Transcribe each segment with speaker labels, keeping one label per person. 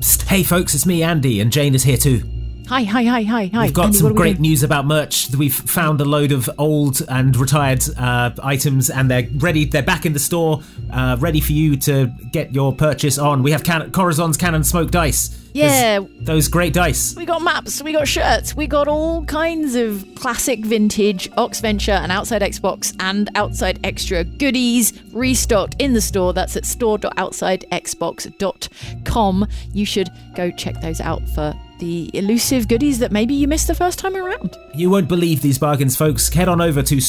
Speaker 1: Psst, hey folks, it's me, Andy, and Jane is here too.
Speaker 2: Hi, hi, hi, hi, hi.
Speaker 1: We've got
Speaker 2: Andy, what
Speaker 1: some
Speaker 2: are we
Speaker 1: great
Speaker 2: doing?
Speaker 1: news about merch. We've found a load of old and retired uh, items, and they're ready. They're back in the store, uh, ready for you to get your purchase on. We have can- Corazon's Cannon Smoke Dice.
Speaker 2: Yeah.
Speaker 1: There's those great dice.
Speaker 2: We got maps, we got shirts, we got all kinds of classic vintage Ox Venture and Outside Xbox and Outside Extra goodies restocked in the store. That's at store.outsidexbox.com. You should go check those out for the elusive goodies that maybe you missed the first time around.
Speaker 1: You won't believe these bargains, folks. Head on over to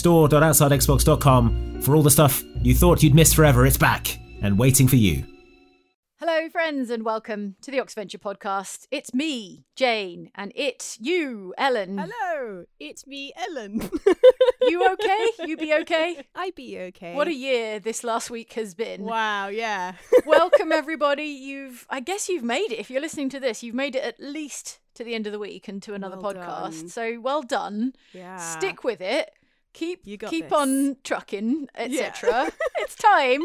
Speaker 1: store.outsidexbox.com for all the stuff you thought you'd missed forever. It's back and waiting for you.
Speaker 2: Hello, friends, and welcome to the Ox Venture podcast. It's me, Jane, and it's you, Ellen.
Speaker 3: Hello, it's me, Ellen.
Speaker 2: You okay? You be okay?
Speaker 3: I be okay.
Speaker 2: What a year this last week has been.
Speaker 3: Wow, yeah.
Speaker 2: Welcome everybody. You've I guess you've made it. If you're listening to this, you've made it at least to the end of the week and to another
Speaker 3: Well
Speaker 2: podcast.
Speaker 3: done.
Speaker 2: So well done.
Speaker 3: yeah.
Speaker 2: Stick with it. Keep
Speaker 3: You got
Speaker 2: keep
Speaker 3: this.
Speaker 2: on trucking,
Speaker 3: Yeah.
Speaker 2: etc. it's time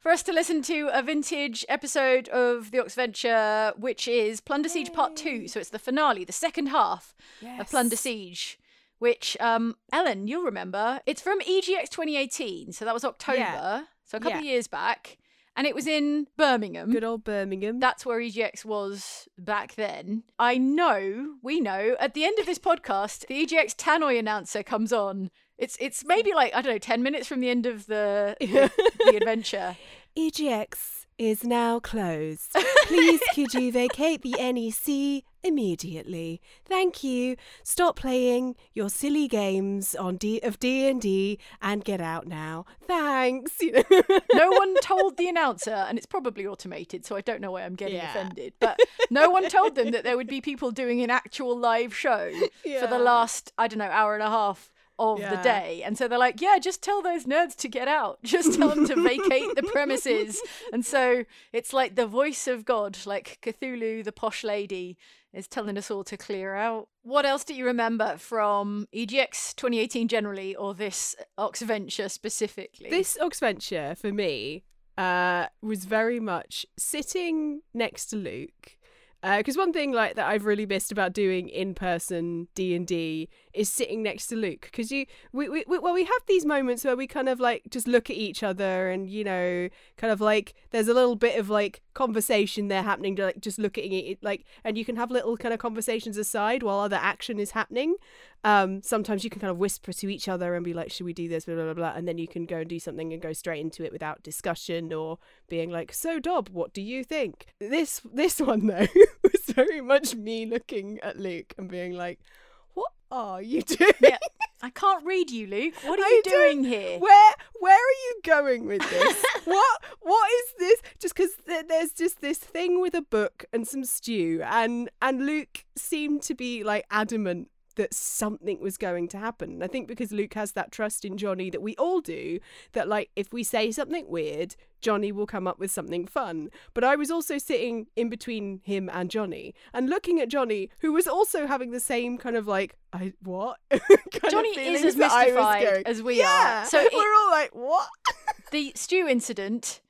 Speaker 2: for us to listen to a vintage episode of The Ox Venture, which is Plunder Siege Part 2. So it's the finale, the second half of Plunder
Speaker 3: Yes.
Speaker 2: Siege, which um Ellen, you'll remember, it's from E EGX 2018. So that was October. So a couple
Speaker 3: Yeah.
Speaker 2: of years back. And it was in Birmingham.
Speaker 3: Good old Birmingham.
Speaker 2: That's where EGX was back then. I know, we know, at the end of this podcast, the EGX Tannoy announcer comes on. It's it's maybe like, I don't know, 10 minutes from the end of the, the, the adventure.
Speaker 3: EGX E is now closed. Please could you vacate the NEC immediately? Thank you. Stop playing your silly games on D of D and D and get out now. Thanks. You know?
Speaker 2: No one told the announcer, and it's probably automated, so I don't know why I'm getting
Speaker 3: Yeah.
Speaker 2: offended, but no one told them that there would be people doing an actual live show for
Speaker 3: Yeah.
Speaker 2: the last, I don't know, hour and a half of the
Speaker 3: Yeah.
Speaker 2: day. And so they're like, yeah, just tell those nerds to get out. Just tell them to vacate the premises. And so it's like the voice of God, like Cthulhu, the posh lady, is telling us all to clear out. What else do you remember from E EGX 2018 generally, or this Ox Venture specifically?
Speaker 3: This Ox Venture for me uh, was very much sitting next to Luke. Because one thing like that I've really missed about doing in person D and D is sitting next to Luke. Because you, we, we, we, well, we have these moments where we kind of like just look at each other, and you know, kind of like there's a little bit of like conversation there happening, like just looking at it, like, and you can have little kind of conversations aside while other action is happening um, sometimes you can kind of whisper to each other and be like, "Should we do this?" Blah, blah blah blah, and then you can go and do something and go straight into it without discussion or being like, "So Dob, what do you think?" This this one though was very much me looking at Luke and being like, "What are you doing?
Speaker 2: yeah. I can't read you, Luke. What are
Speaker 3: I
Speaker 2: you
Speaker 3: don't-
Speaker 2: doing here?
Speaker 3: Where where are you going with this? what what is this? Just because th- there's just this thing with a book and some stew, and and Luke seemed to be like adamant that something was going to happen. And I think because Luke has that trust in Johnny that we all do, that like if we say something weird, Johnny will come up with something fun. But I was also sitting in between him and Johnny and looking at Johnny, who was also having the same kind of like, I what? kind of
Speaker 2: Johnny is
Speaker 3: feelings
Speaker 2: as
Speaker 3: that I was
Speaker 2: mystified
Speaker 3: going,
Speaker 2: as we are.
Speaker 3: yeah.
Speaker 2: So it-
Speaker 3: we're all like, what?
Speaker 2: the stew incident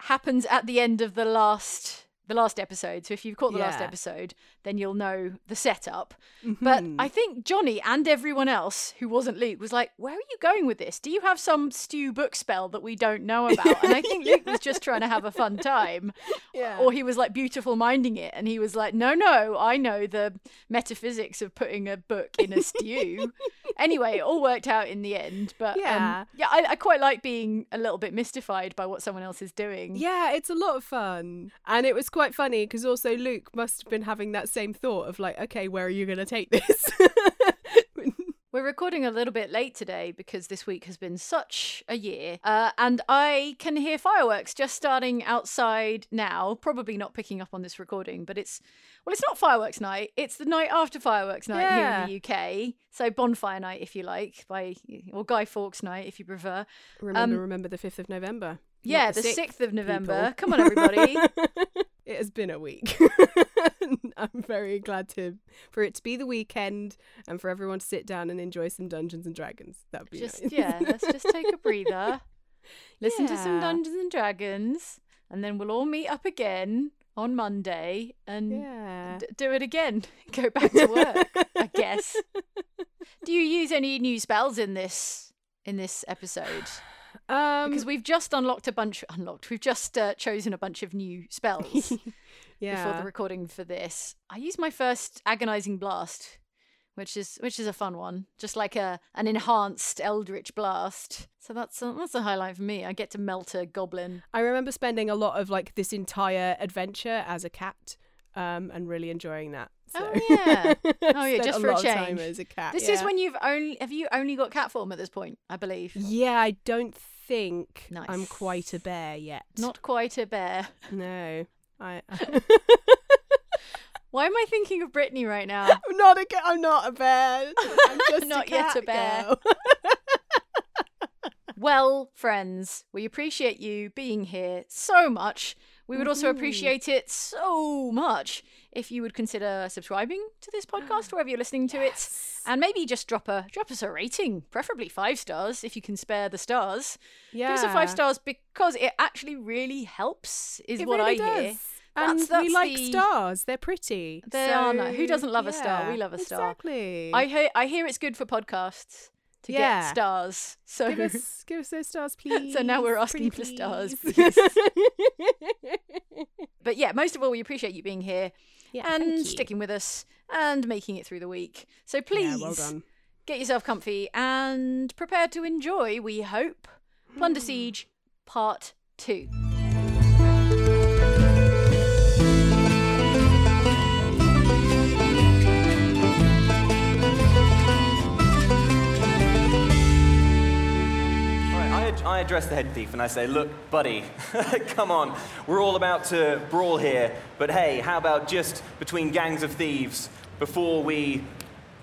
Speaker 2: happens at the end of the last the last episode. So if you've caught the last
Speaker 3: Yeah.
Speaker 2: episode, then you'll know the setup. But
Speaker 3: Mm-hmm.
Speaker 2: I think Johnny and everyone else who wasn't Luke was like, "Where are you going with this? Do you have some stew book spell that we don't know about?" And I think Luke was just trying to have a fun time.
Speaker 3: Yeah.
Speaker 2: Or he was like beautiful minding it and he was like, "No, no, I know the metaphysics of putting a book in a stew." anyway, it all worked out in the end, but um,
Speaker 3: Yeah.
Speaker 2: yeah, I, I quite like being a little bit mystified by what someone else is doing.
Speaker 3: Yeah, it's a lot of fun. And it was quite funny because also Luke must have been having that same thought of like, okay, where are you going to take this?
Speaker 2: We're recording a little bit late today because this week has been such a year. Uh, and I can hear fireworks just starting outside now, probably not picking up on this recording, but it's, well, it's not fireworks night. It's the night after fireworks night
Speaker 3: Yeah.
Speaker 2: here in the UK. So bonfire night, if you like, by, or Guy Fawkes night, if you prefer.
Speaker 3: Remember,
Speaker 2: Um,
Speaker 3: remember the 5th of November. not
Speaker 2: Yeah, the, 6th of November. Come on, everybody.
Speaker 3: it has been a week. I'm very glad to for it to be the weekend and for everyone to sit down and enjoy some Dungeons and Dragons. That would be
Speaker 2: just
Speaker 3: nice.
Speaker 2: yeah let's just take a breather listen to some
Speaker 3: Yeah.
Speaker 2: dungeons and dragons and then we'll all meet up again on monday and
Speaker 3: yeah.
Speaker 2: d- do it again go back to work i guess do you use any new spells in this in this episode
Speaker 3: Um,
Speaker 2: because we've just unlocked a bunch unlocked we've just uh, chosen a bunch of new spells before
Speaker 3: yeah.
Speaker 2: the recording for this. I used my first agonizing blast, which is which is a fun one, just like a an enhanced eldritch blast. So that's a, that's a highlight for me. I get to melt a goblin.
Speaker 3: I remember spending a lot of like this entire adventure as a cat, um, and really enjoying that. So.
Speaker 2: Oh yeah. Oh, yeah,
Speaker 3: Spent
Speaker 2: just
Speaker 3: a
Speaker 2: for a
Speaker 3: lot Of time
Speaker 2: change.
Speaker 3: as a cat.
Speaker 2: This is
Speaker 3: Uh, yeah.
Speaker 2: when you've only have you only got cat form at this point, I believe.
Speaker 3: Yeah, I don't think I'm
Speaker 2: Nice.
Speaker 3: quite a bear yet.
Speaker 2: Not quite a bear.
Speaker 3: No. I,
Speaker 2: Why am I thinking of Brittany right now?
Speaker 3: I'm not a. ca- I'm not a bear. I'm just
Speaker 2: Not
Speaker 3: a
Speaker 2: yet
Speaker 3: cat
Speaker 2: a bear.
Speaker 3: girl.
Speaker 2: Well, friends, we appreciate you being here so much. We would
Speaker 3: Mm-hmm.
Speaker 2: also appreciate it so much if you would consider subscribing to this podcast wherever you're listening to it, and maybe just drop a drop us a rating, preferably five stars if you can spare the stars.
Speaker 3: Yeah.
Speaker 2: Give us a five stars because it actually really helps. Is
Speaker 3: It
Speaker 2: what
Speaker 3: really
Speaker 2: I hear.
Speaker 3: does. And
Speaker 2: That's-
Speaker 3: we
Speaker 2: that's
Speaker 3: like
Speaker 2: the-
Speaker 3: stars. They're pretty.
Speaker 2: They are nice. Who doesn't love a star?
Speaker 3: yeah,
Speaker 2: We love a star.
Speaker 3: Exactly.
Speaker 2: I hear I hear it's good for podcasts to
Speaker 3: Yeah.
Speaker 2: get stars. So
Speaker 3: give us give us those stars, please.
Speaker 2: So now we're asking
Speaker 3: Pretty
Speaker 2: for stars,
Speaker 3: please.
Speaker 2: But yeah, most of all, we appreciate you being here
Speaker 3: Yeah, thank
Speaker 2: and
Speaker 3: you.
Speaker 2: sticking with us and making it through the week. So
Speaker 3: Yeah,
Speaker 2: please
Speaker 3: well done.
Speaker 2: get yourself comfy and prepare to enjoy, we hope, Plunder Siege Part 2.
Speaker 4: Right, I, ad- I address the head thief and I say, Look, buddy, come on, we're all about to brawl here, but hey, how about just between gangs of thieves before we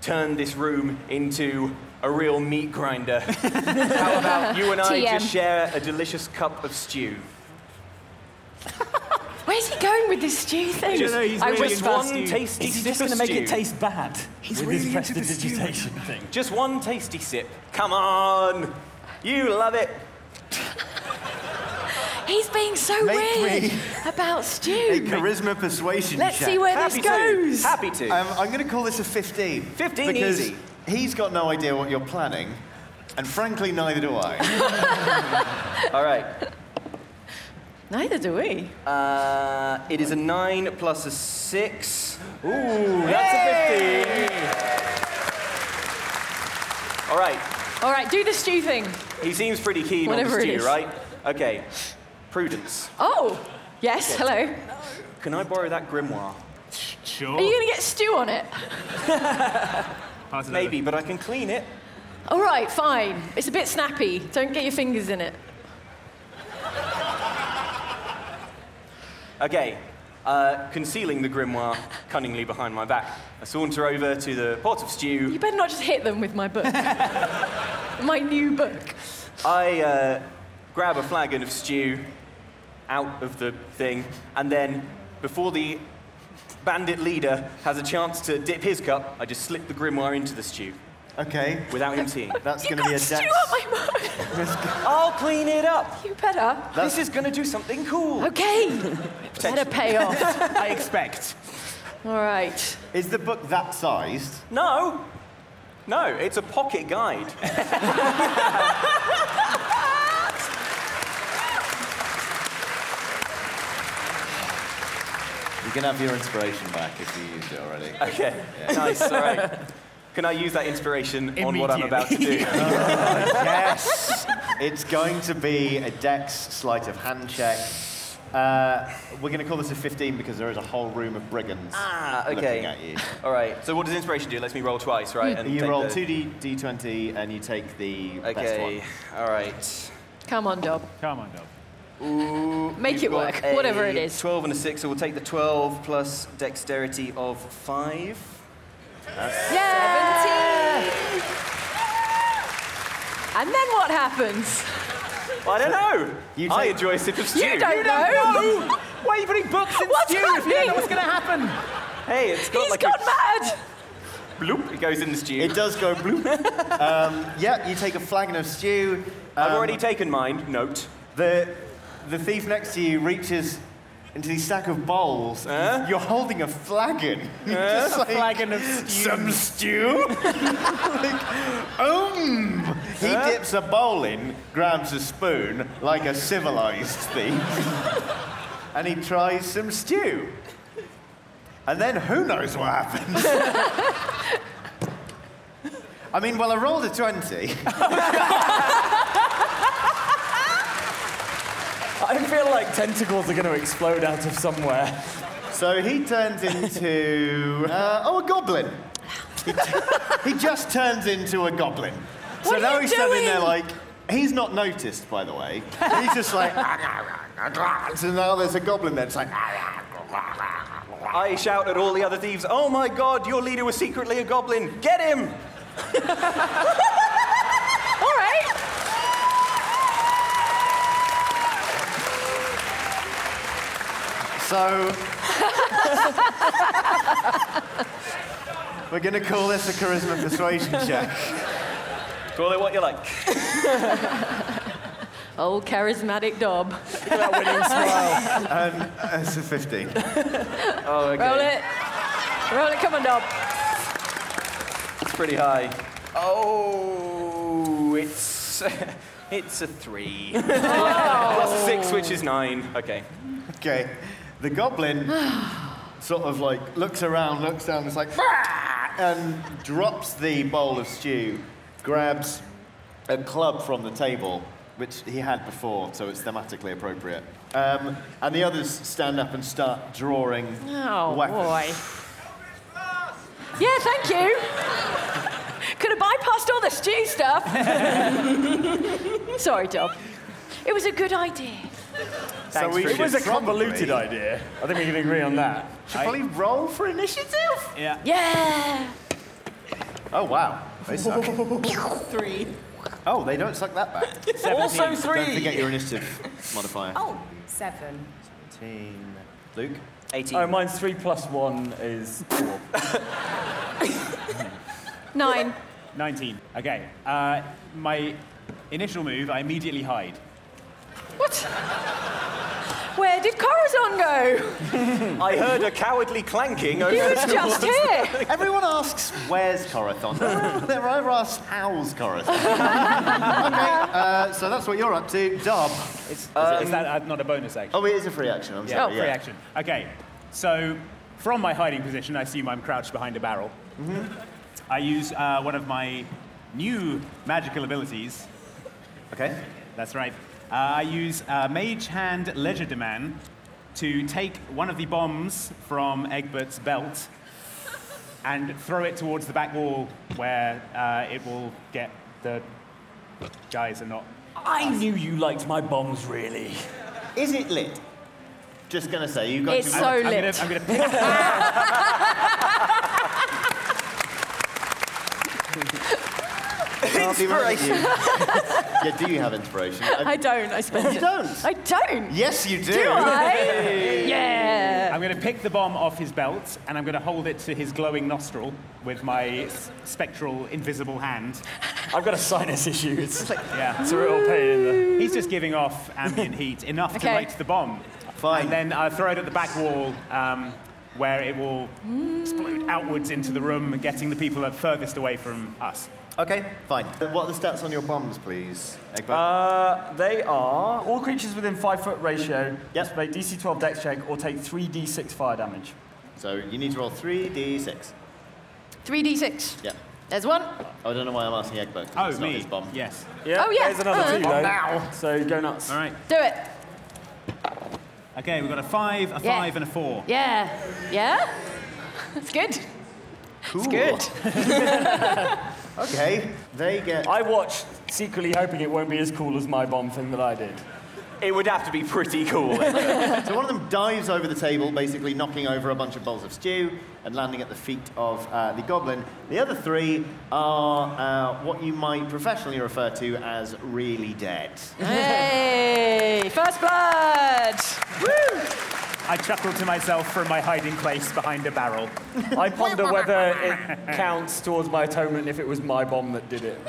Speaker 4: turn this room into a real meat grinder? how about you and I
Speaker 5: TM.
Speaker 4: just share a delicious cup of stew?
Speaker 5: Where's he going with this stew thing?
Speaker 4: Just,
Speaker 5: I
Speaker 4: just
Speaker 5: whisper.
Speaker 4: one tasty
Speaker 6: Is he
Speaker 4: sip
Speaker 6: just
Speaker 4: of
Speaker 6: going to make it
Speaker 4: stew.
Speaker 6: taste bad? He's with
Speaker 7: really
Speaker 6: his
Speaker 7: into the stew.
Speaker 6: prestidigitation thing.
Speaker 4: Just one tasty sip. Come on, you love it.
Speaker 5: He's being so
Speaker 7: Make
Speaker 5: weird
Speaker 7: me-
Speaker 5: about
Speaker 7: A
Speaker 5: stew.
Speaker 7: charisma persuasion
Speaker 5: Let's
Speaker 7: check.
Speaker 5: see where
Speaker 4: Happy
Speaker 5: this goes.
Speaker 4: to. Happy to.
Speaker 7: Um, I'm going to call this a 15.
Speaker 4: 15
Speaker 7: because
Speaker 4: easy.
Speaker 7: he's got no idea what you're planning, and frankly, neither do I.
Speaker 4: all right.
Speaker 5: Neither do we.
Speaker 4: Uh, it is a nine plus a six. Ooh, that's a fifteen. All right.
Speaker 5: All right, do the stew thing.
Speaker 4: He seems pretty keen
Speaker 5: Whatever
Speaker 4: on
Speaker 5: it
Speaker 4: the stew,
Speaker 5: is.
Speaker 4: right? Okay. Prudence.
Speaker 5: Oh, yes, hello. Are
Speaker 4: Can I borrow that grimoire?
Speaker 7: Oh.
Speaker 6: Sure.
Speaker 5: you going to get stew on it?
Speaker 6: Pass it
Speaker 4: Maybe, but I can clean it.
Speaker 5: All right, fine. It's a bit snappy. Don't get your fingers in it.
Speaker 4: Okay. Uh, concealing the grimoire cunningly behind my back, I saunter over to the pot of stew.
Speaker 5: You better not just hit them with my book. my new book.
Speaker 4: I uh, grab a flagon of stew out of the thing, and then before the bandit leader has a chance to dip his cup, I just slip the grimoire into the stew
Speaker 7: Okay,
Speaker 4: without him seeing.
Speaker 7: that's
Speaker 5: you
Speaker 7: going to
Speaker 5: got
Speaker 7: be a
Speaker 5: stew
Speaker 7: dex.
Speaker 5: on my book.
Speaker 4: I'll clean it up.
Speaker 5: You better.
Speaker 4: This is going to do something cool.
Speaker 5: Okay. better pay off.
Speaker 4: I expect.
Speaker 5: All right.
Speaker 7: Is the book that sized?
Speaker 4: No. No, it's a pocket guide.
Speaker 7: You can have your inspiration back if you used it already.
Speaker 4: Okay. Nice. All right. Can I use that inspiration on what I'm about to do?
Speaker 7: yes! It's going to be a dex sleight of hand check Uh, we're going to call this a 15 because there is a whole room of brigands
Speaker 4: Ah,
Speaker 7: looking
Speaker 4: okay.
Speaker 7: at you.
Speaker 4: All right. Hmm. So what does inspiration do? It lets me roll twice, right? And
Speaker 7: You
Speaker 4: take
Speaker 7: roll
Speaker 4: the-
Speaker 7: 2d d20 and you take the best
Speaker 4: Okay.
Speaker 7: one.
Speaker 4: All right.
Speaker 5: Come on, Dob.
Speaker 6: Come on, Dob.
Speaker 5: Make it
Speaker 4: You've
Speaker 5: work.
Speaker 4: got a
Speaker 5: Whatever it is.
Speaker 4: 12 and a 6, so we'll take the 12 plus dexterity of 5.
Speaker 5: And then what happens?
Speaker 4: I don't know.
Speaker 7: You
Speaker 4: I
Speaker 7: take-
Speaker 4: enjoy a sip of stew.
Speaker 5: don't know.
Speaker 4: Why are you putting books in
Speaker 5: What's
Speaker 4: stew if you don't know what's going to happen? Hey, it's got
Speaker 5: He's
Speaker 4: like
Speaker 5: gone
Speaker 4: a
Speaker 5: mad.
Speaker 4: bloop. It goes in the stew.
Speaker 7: It does go bloop. um, yeah, you take a flagon of stew.
Speaker 4: I've
Speaker 7: Um,
Speaker 4: already taken mine. Note.
Speaker 7: The, the thief next to you reaches into the stack of bowls. You're holding a flagon. You're just like,
Speaker 6: Flagon of stew.
Speaker 7: Some stew? like, um. He dips a bowl in, grabs a spoon like a civilized thief, and he tries some stew. And then who knows what happens? I mean, well, I rolled a 20.
Speaker 8: I feel like tentacles are going to explode out of somewhere.
Speaker 7: So he turns into uh, oh a goblin. He, t- he just turns into a goblin. so now he's standing there like he's not noticed, by the way. He's just like "Ah, and now there's a goblin there. It's like "Ah,
Speaker 4: I shout at all the other thieves, Oh my god, your leader was secretly a goblin. Get him!
Speaker 5: All right.
Speaker 7: so. We're gonna call this a charisma persuasion check.
Speaker 4: Call it what you like.
Speaker 5: Oh, charismatic Dob.
Speaker 7: That's Um, a 15.
Speaker 4: Oh, okay.
Speaker 5: Roll it. Roll it. Come on, Dob.
Speaker 4: It's pretty high. Oh, it's. It's a three. Plus a six, which is nine. Okay.
Speaker 7: Okay. The goblin sort of like looks around, looks down, it's like, "Ah!" and drops the bowl of stew, grabs a club from the table, which he had before, so it's thematically appropriate. Um, and the others stand up and start drawing
Speaker 5: Oh
Speaker 7: weapons.
Speaker 5: boy. Yeah, thank you. Could have bypassed all the stew stuff. Sorry, Dob. It was a good idea.
Speaker 7: So we
Speaker 8: It was a
Speaker 7: should
Speaker 8: convoluted
Speaker 7: probably-
Speaker 8: idea. I think we can agree on that.
Speaker 7: Should probably roll for initiative.
Speaker 6: Yeah.
Speaker 5: Yeah.
Speaker 7: Oh wow, they suck.
Speaker 5: Three.
Speaker 7: oh, they don't suck that bad.
Speaker 8: Also
Speaker 7: Don't
Speaker 8: three.
Speaker 7: forget your initiative modifier.
Speaker 5: Oh.
Speaker 9: Seven.
Speaker 7: 18. Luke.
Speaker 4: 18.
Speaker 8: Oh, mine's three plus one is four.
Speaker 5: Nine.
Speaker 6: 19. Okay. Uh, my initial move, I immediately hide.
Speaker 5: What? Where did Corazon go?
Speaker 4: I heard a cowardly clanking
Speaker 5: He
Speaker 4: over
Speaker 5: was just here.
Speaker 7: Everyone asks, where's Corathon? they never asks, how's Corathon? okay, uh, so that's what you're up to. Dob.
Speaker 6: Is, it, is that uh, not a bonus action?
Speaker 7: Oh, it is a free action, I'm
Speaker 6: yeah,
Speaker 7: sorry.
Speaker 6: free action. Okay. So, from my hiding position, I assume I'm crouched behind a barrel. I use uh, one of my new magical abilities.
Speaker 7: Okay.
Speaker 6: That's right. Uh, I use uh, Mage Hand Legerdemain to take one of the bombs from Egbert's belt and throw it towards the back wall where uh, it will get the guys are not.
Speaker 8: I knew you liked my bombs, really.
Speaker 7: Is it lit? Just gonna say, you've got
Speaker 5: It's
Speaker 7: to.
Speaker 5: so
Speaker 6: I'm
Speaker 5: lit.
Speaker 6: gonna, I'm gonna pick.
Speaker 7: Can't be right with you. yeah, do you have inspiration?
Speaker 5: I don't. I spent
Speaker 7: you
Speaker 5: it.
Speaker 7: don't.
Speaker 5: I don't.
Speaker 7: yes, you do.
Speaker 5: Do I? yeah.
Speaker 6: I'm going to pick the bomb off his belt and I'm going to hold it to his glowing nostril with my s- spectral invisible hand.
Speaker 8: I've got a sinus issue. It's,
Speaker 6: Yeah.
Speaker 8: it's a real pain in the.
Speaker 6: He's just giving off ambient heat enough
Speaker 5: Okay.
Speaker 6: to light the bomb.
Speaker 7: Fine.
Speaker 6: And then I throw it at the back wall um, where it will explode outwards into the room, getting the people that furthest away from us.
Speaker 7: Okay, fine. What are the stats on your bombs, please, Egbert?
Speaker 8: Uh, they are all creatures within five foot ratio. must make DC 12 dex check or take 3d6 fire damage.
Speaker 7: so you need to roll 3d6.
Speaker 5: Three d six.
Speaker 7: Yeah. Oh,
Speaker 5: There's one.
Speaker 7: I don't know why I'm asking Egbert. 'cause
Speaker 6: Oh,
Speaker 7: it's Not
Speaker 6: me.
Speaker 7: his bomb.
Speaker 6: Yes.
Speaker 8: Yeah,
Speaker 5: Oh, yeah.
Speaker 8: There's another
Speaker 5: Uh-huh.
Speaker 8: two though. So go nuts.
Speaker 6: All right.
Speaker 5: Do it.
Speaker 6: Okay, we've got a five, a
Speaker 5: Yeah.
Speaker 6: five, and a four.
Speaker 5: Yeah. Yeah? That's good.
Speaker 7: Cool.
Speaker 5: Good.
Speaker 7: Okay, they get.
Speaker 8: I watched, secretly hoping it won't be as cool as my bomb thing that I did.
Speaker 4: It would have to be pretty cool.
Speaker 7: So one of them dives over the table, basically knocking over a bunch of bowls of stew and landing at the feet of uh, the goblin. The other three are uh, what you might professionally refer to as really dead.
Speaker 5: Hey! First blood!
Speaker 6: I chuckled to myself from my hiding place behind a barrel.
Speaker 8: I ponder whether it counts towards my atonement if it was my bomb that did it.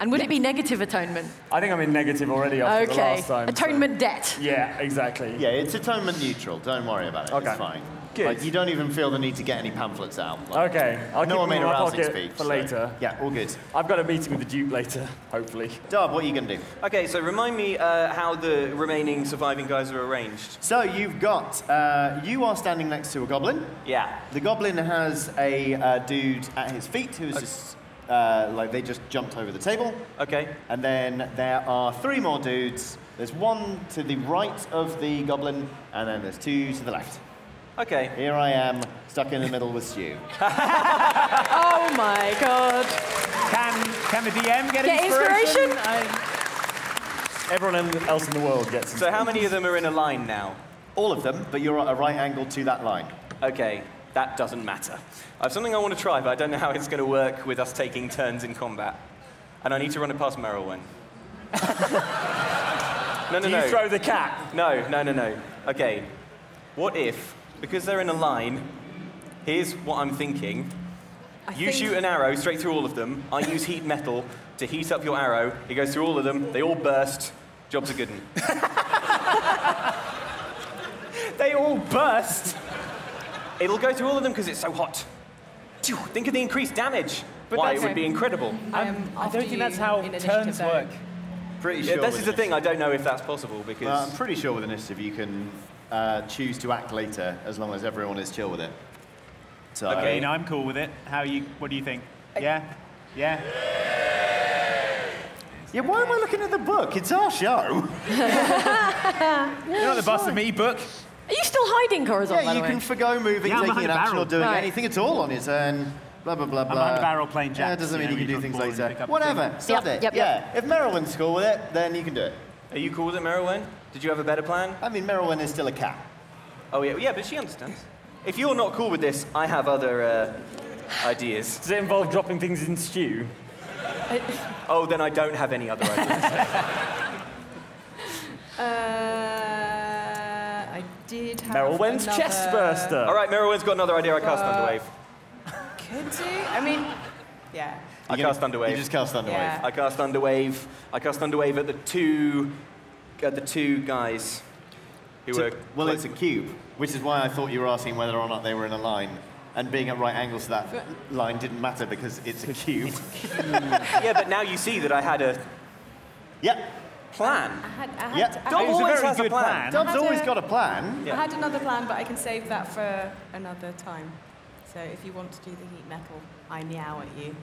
Speaker 5: And would it be negative atonement?
Speaker 8: I think I'm in negative already after the
Speaker 5: Okay.
Speaker 8: last time. so-
Speaker 5: atonement debt.
Speaker 8: Yeah, exactly.
Speaker 7: Yeah, it's atonement neutral. Don't worry about it.
Speaker 8: Okay.
Speaker 7: It's fine.
Speaker 8: Good.
Speaker 7: Like, you don't even feel the need to get any pamphlets out. Like,
Speaker 8: Okay, I'll
Speaker 7: no
Speaker 8: keep
Speaker 7: one
Speaker 8: them
Speaker 7: made
Speaker 8: in
Speaker 7: a
Speaker 8: my
Speaker 7: rousing
Speaker 8: pocket
Speaker 7: speech.
Speaker 8: for
Speaker 7: so-
Speaker 8: later.
Speaker 7: Yeah, all good.
Speaker 8: I've got a meeting with the Duke later, hopefully.
Speaker 7: Darb, what are you going to do?
Speaker 4: okay, so remind me uh, how the remaining surviving guys are arranged.
Speaker 7: So you've got, uh, you are standing next to a goblin.
Speaker 4: Yeah.
Speaker 7: The goblin has a uh, dude at his feet who's just, uh, like, they just jumped over the table.
Speaker 4: Okay.
Speaker 7: And then there are three more dudes. There's one to the right of the goblin, and then there's two to the left.
Speaker 4: Okay.
Speaker 7: Here I am, stuck in the middle with Stu.
Speaker 5: Oh my god.
Speaker 6: Can, can the DM get,
Speaker 5: Get inspiration?
Speaker 8: Everyone in- else in the world gets
Speaker 4: So how many of them are in a line now?
Speaker 7: All of them, but you're at a right angle to that line.
Speaker 4: Okay, that doesn't matter. I have something I want to try, but I don't know how it's going to work with us taking turns in combat. And I need to run it past Merylwen. no, no,
Speaker 8: Do
Speaker 4: no.
Speaker 8: you throw the cat?
Speaker 4: No, no, no, no. Okay. What if, because they're in a line, here's what I'm thinking. you shoot an arrow straight through all of them. I use heat metal to heat up your arrow. It goes through all of them. They all burst. Job's a good one. they all burst. It'll go through all of them because it's so hot. Phew, Think of the increased damage. Why, it
Speaker 8: that's-
Speaker 4: would be incredible.
Speaker 8: I'm, I do not think that's how
Speaker 5: in initiative
Speaker 8: turns
Speaker 5: though.
Speaker 8: work.
Speaker 7: Pretty
Speaker 4: Yeah,
Speaker 7: sure.
Speaker 4: this
Speaker 7: with
Speaker 4: is the
Speaker 7: initiative-
Speaker 4: thing. I don't know if that's possible because.
Speaker 7: Well, I'm pretty sure with initiative you can uh, choose to act later as long as everyone is chill with it. So,
Speaker 6: I mean, I'm cool with it. How you? What do you think? Yeah, yeah.
Speaker 7: Yeah, why am I looking at the book? It's our show.
Speaker 6: You're not the boss of me, book.
Speaker 5: Are you still hiding, Corazon,
Speaker 7: yeah,
Speaker 5: by the
Speaker 7: you
Speaker 5: way?
Speaker 7: can forgo moving,
Speaker 6: Yeah, I'm
Speaker 7: taking an
Speaker 6: behind a
Speaker 7: action,
Speaker 6: barrel.
Speaker 7: or doing
Speaker 5: Right.
Speaker 7: anything at all on your turn. Blah blah blah blah.
Speaker 6: behind a barrel playing
Speaker 7: Yeah, it
Speaker 6: jacks,
Speaker 7: doesn't
Speaker 6: you
Speaker 7: mean you can
Speaker 6: know,
Speaker 7: do
Speaker 6: you
Speaker 7: things
Speaker 6: drop balls and
Speaker 7: later.
Speaker 6: pick up the
Speaker 7: Whatever. Stop
Speaker 5: Yep,
Speaker 7: it.
Speaker 5: yep,
Speaker 7: yeah. If Merylwyn's cool with it, then you can do it.
Speaker 4: Are you cool with it, Merylwen? Did you have a better plan?
Speaker 7: I mean, Merylwyn is still a cat.
Speaker 4: Oh yeah, yeah, but she understands. If you're not cool with this, I have other uh, ideas.
Speaker 8: Does it involve dropping things in stew?
Speaker 4: Oh, then I don't have any other ideas.
Speaker 5: Uh, I did have
Speaker 8: Meryl Wen's chest burster.
Speaker 4: All right, Merylwyn's got another idea. I cast Thunderwave.
Speaker 5: Could do. I mean, yeah.
Speaker 4: I
Speaker 7: You're
Speaker 4: cast
Speaker 7: gonna-
Speaker 4: Thunderwave.
Speaker 7: You just cast Thunderwave.
Speaker 5: Yeah.
Speaker 4: I cast Thunderwave. I cast Thunderwave at the two, at the two guys who were.
Speaker 7: Well, it's a cube, which is why I thought you were asking whether or not they were in a line. And being at right angles to that line didn't matter because it's a cube.
Speaker 4: yeah, but now you see that I had a
Speaker 7: yep.
Speaker 4: plan.
Speaker 9: I had, I had,
Speaker 7: Yep.
Speaker 9: I,
Speaker 4: Dob
Speaker 9: had,
Speaker 6: was a
Speaker 4: always
Speaker 6: very
Speaker 4: has a
Speaker 6: good
Speaker 4: plan.
Speaker 9: I
Speaker 7: Dom's
Speaker 9: had
Speaker 7: always
Speaker 9: a-
Speaker 7: got a plan.
Speaker 9: I had another plan, but I can save that for another time. So if you want to do the heat metal, I meow at you.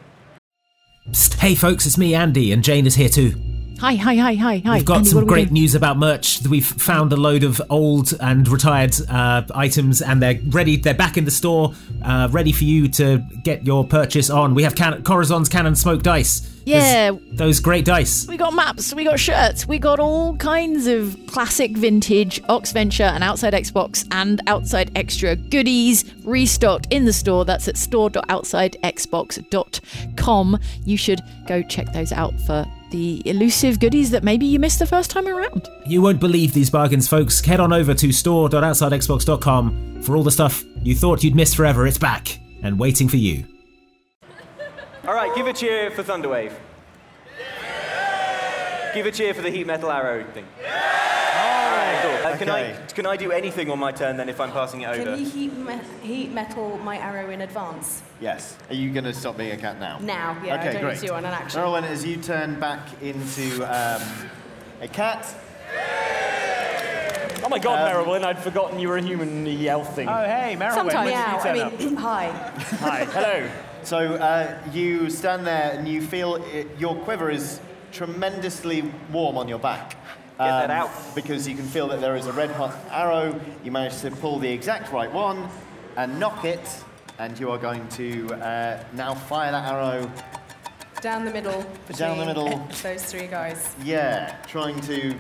Speaker 1: Psst, hey folks, it's me, Andy, and Jane is here too.
Speaker 10: Hi, hi, hi, hi, hi.
Speaker 1: We've got
Speaker 10: Andy, what
Speaker 1: some
Speaker 10: are we
Speaker 1: great
Speaker 10: doing?
Speaker 1: news about merch. We've found a load of old and retired uh, items, and they're ready. They're back in the store, uh, ready for you to get your purchase on. We have can- Corazon's Cannon Smoke Dice. There's
Speaker 10: Yeah.
Speaker 1: those great dice.
Speaker 10: We got maps, we got shirts, we got all kinds of classic vintage Oxventure and Outside Xbox and Outside Extra goodies restocked in the store. That's at store.outsidexbox.com. You should go check those out for the elusive goodies that maybe you missed the first time around.
Speaker 1: You won't believe these bargains, folks. Head on over to store.outsidexbox.com for all the stuff you thought you'd missed forever. It's back and waiting for you.
Speaker 4: All right, give a cheer for Thunderwave. Give a cheer for the heat metal arrow thing. All right, cool. Uh, can, I,
Speaker 7: Okay.
Speaker 4: can I do anything on my turn then if I'm passing it over?
Speaker 9: Can you heat, me- heat metal my arrow in advance?
Speaker 7: Yes. Are you going to stop being a cat now?
Speaker 9: Now, yeah,
Speaker 7: okay,
Speaker 9: I don't
Speaker 7: great.
Speaker 9: need to do one an action.
Speaker 7: Merylwyn, as you turn back into um, a cat,
Speaker 8: Oh my god, Merylwyn, I'd forgotten you were a human yell thing.
Speaker 6: Oh hey, Merylwyn.
Speaker 9: Sometimes,
Speaker 6: when did you
Speaker 9: meow.
Speaker 6: turn
Speaker 9: I mean, hi.
Speaker 6: up? Hi, hello.
Speaker 7: So uh, you stand there and you feel it, your quiver is tremendously warm on your back. Uh,
Speaker 8: Um,
Speaker 4: that out.
Speaker 7: Because you can feel that there is a red hot arrow. You manage to pull the exact right one and knock it, and you are going to uh, now fire that arrow.
Speaker 9: Down the middle.
Speaker 7: Down the
Speaker 9: between
Speaker 7: middle.
Speaker 9: Those three guys.
Speaker 7: Yeah, trying to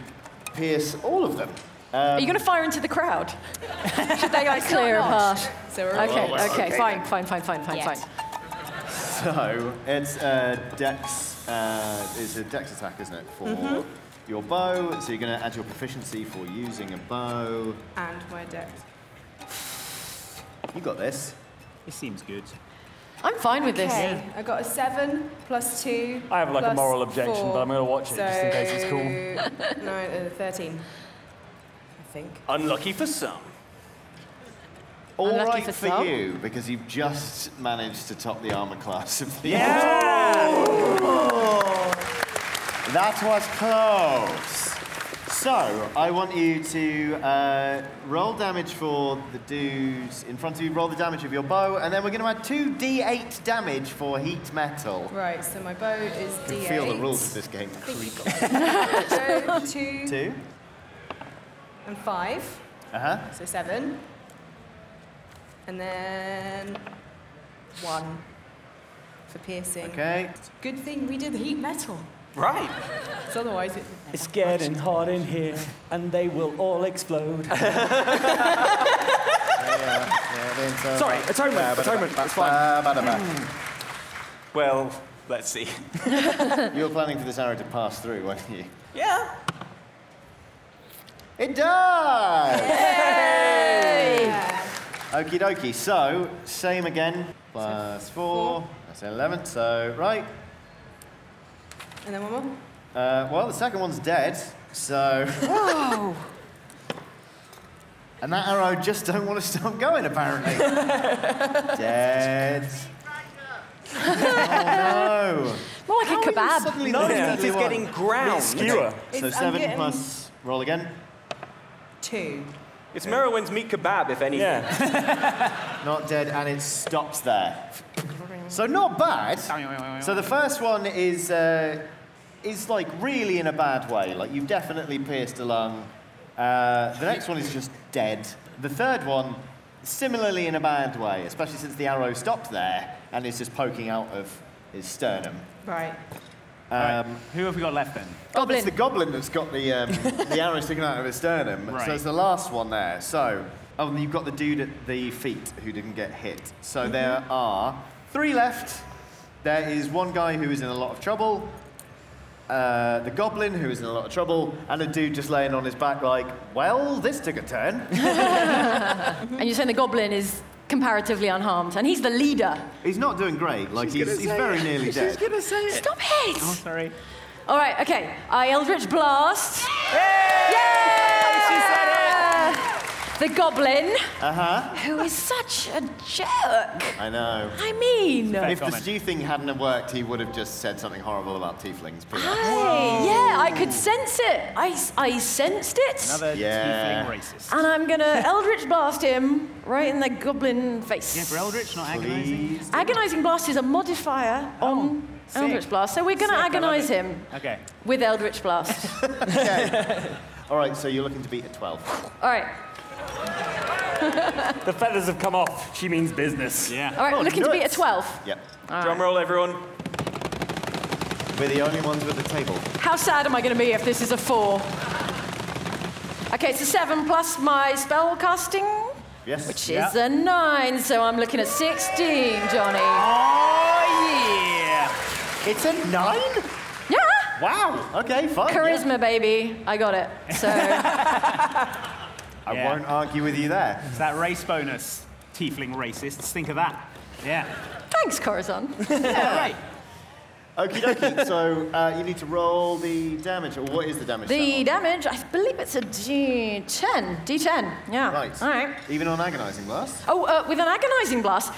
Speaker 7: pierce all of them.
Speaker 5: Are you going to fire into the crowd? Should they like clear a
Speaker 9: not.
Speaker 5: path?
Speaker 9: So we're all
Speaker 5: Okay,
Speaker 7: right.
Speaker 5: okay,
Speaker 7: Okay.
Speaker 5: fine, fine, fine, fine, fine,
Speaker 9: Yes.
Speaker 5: fine.
Speaker 7: So it's a dex. Uh, it's a dex attack, isn't it? For
Speaker 9: Mhm.
Speaker 7: your bow. So you're going to add your proficiency for using a bow.
Speaker 9: And my deck.
Speaker 7: You got this.
Speaker 6: It seems good.
Speaker 5: I'm fine with this.
Speaker 9: Okay, I got a seven plus two.
Speaker 8: I have, like, a
Speaker 9: plus
Speaker 8: moral objection,
Speaker 9: four.
Speaker 8: but I'm gonna watch it just in case it's
Speaker 9: So,
Speaker 8: cool.
Speaker 9: no, uh, thirteen. I think.
Speaker 4: Unlucky for some.
Speaker 7: All right
Speaker 9: Unlucky
Speaker 7: for,
Speaker 9: for some.
Speaker 7: you because you've just managed to top the armor class of the.
Speaker 4: Yeah!
Speaker 7: That was close. So I want you to uh, roll damage for the dudes in front of you. Roll the damage of your bow, and then we're going to add two d8 damage for heat metal.
Speaker 9: Right, so my bow is
Speaker 7: You
Speaker 9: D8.
Speaker 7: can feel the rules of this game creep.
Speaker 9: So two
Speaker 7: Two.
Speaker 9: and five,
Speaker 7: Uh huh.
Speaker 9: so seven, and then one for piercing.
Speaker 8: Okay.
Speaker 9: Good thing we did the heat metal.
Speaker 4: Right.
Speaker 9: 'cause otherwise it.
Speaker 8: It's getting hot in here, and they will all explode. Sorry, atonement, atonement,
Speaker 7: It's fine.
Speaker 4: Well, let's see.
Speaker 7: you were planning for this arrow to pass through, weren't you?
Speaker 4: Yeah.
Speaker 7: It does! Okie dokie. So, same again. Plus four. That's 11. So, right.
Speaker 9: And then one more.
Speaker 7: Uh, well, the second one's dead. So.
Speaker 9: Whoa!
Speaker 7: And that arrow just don't want to stop going, apparently. dead. oh,
Speaker 5: More like a kebab.
Speaker 7: no.
Speaker 4: No,
Speaker 7: Suddenly
Speaker 4: meat is
Speaker 7: one.
Speaker 4: getting ground.
Speaker 8: Skewer.
Speaker 7: So,
Speaker 9: It's- I'm
Speaker 7: seven
Speaker 9: getting-
Speaker 7: plus. Roll again.
Speaker 9: Two.
Speaker 4: It's Merowin's meat kebab, if anything.
Speaker 8: Yeah.
Speaker 7: Not dead, and it stops there. So not bad. So the first one is uh, is like really in a bad way. Like you've definitely pierced a lung. Uh, the next one is just dead. The third one, similarly in a bad way, especially since the arrow stopped there and it's just poking out of his sternum.
Speaker 9: Right.
Speaker 7: Um,
Speaker 6: Who have we got left then?
Speaker 5: Goblin.
Speaker 7: It's the goblin that's got the um, the arrow sticking out of his sternum.
Speaker 6: Right.
Speaker 7: So it's the last one there. So, oh, and you've got the dude at the feet who didn't get hit. So
Speaker 5: Mm-hmm.
Speaker 7: there are three left. There is one guy who is in a lot of trouble. Uh, the goblin who is in a lot of trouble, and a dude just laying on his back like, well, this took a turn.
Speaker 5: And you're saying the goblin is comparatively unharmed, and he's the leader.
Speaker 7: he's not doing great. Like he's, he's very nearly dead.
Speaker 5: Stop it!
Speaker 6: Sorry.
Speaker 5: All right, okay. I Eldritch Blast. Yay! The goblin,
Speaker 7: Uh
Speaker 6: Uh-huh.
Speaker 7: huh.
Speaker 5: who is such a jerk.
Speaker 7: I know.
Speaker 5: I mean,
Speaker 7: if the
Speaker 6: comment.
Speaker 7: stew thing hadn't have worked, he would have just said something horrible about tieflings. pretty much.
Speaker 5: hey, yeah, I could sense it. I, s- I sensed it.
Speaker 6: Another
Speaker 7: Yeah.
Speaker 6: tiefling racist.
Speaker 5: And I'm gonna Eldritch Blast him right in the goblin face.
Speaker 6: Yeah, for Eldritch, not agonizing.
Speaker 5: Agonizing Blast is a modifier on
Speaker 6: Oh, sick.
Speaker 5: Eldritch Blast, so we're gonna
Speaker 6: Sick, I love
Speaker 5: agonize
Speaker 6: it.
Speaker 5: him
Speaker 6: Okay.
Speaker 5: with Eldritch Blast.
Speaker 7: All right, so you're looking to beat a 12.
Speaker 5: All right,
Speaker 8: The feathers have come off. She means business.
Speaker 6: Yeah.
Speaker 5: all right,
Speaker 7: Oh,
Speaker 5: looking to beat a
Speaker 7: nuts.
Speaker 5: 12.
Speaker 7: Yep.
Speaker 4: Drum roll, everyone.
Speaker 7: We're the only ones with the table.
Speaker 5: How sad am I going to be if this is a four? Okay, it's a seven plus my spell casting,
Speaker 7: Yes.
Speaker 5: which is a nine, so I'm looking at 16, Johnny.
Speaker 6: Oh,
Speaker 7: It's a nine?
Speaker 5: Yeah!
Speaker 7: Wow. Okay, fine.
Speaker 5: Charisma, baby. I got it. So,
Speaker 7: I
Speaker 6: Yeah.
Speaker 7: won't argue with you there.
Speaker 6: yeah. That race bonus. Tiefling racists. Think of that. Yeah.
Speaker 5: thanks, Corazon.
Speaker 6: Yeah, right.
Speaker 7: Okie dokie. so uh, you need to roll the damage. Or what is the damage?
Speaker 5: The
Speaker 7: that
Speaker 5: damage, I believe it's a D10. D10, yeah.
Speaker 7: one? Right.
Speaker 5: All right.
Speaker 7: Even on agonizing blast?
Speaker 5: Oh, uh, with an agonizing blast.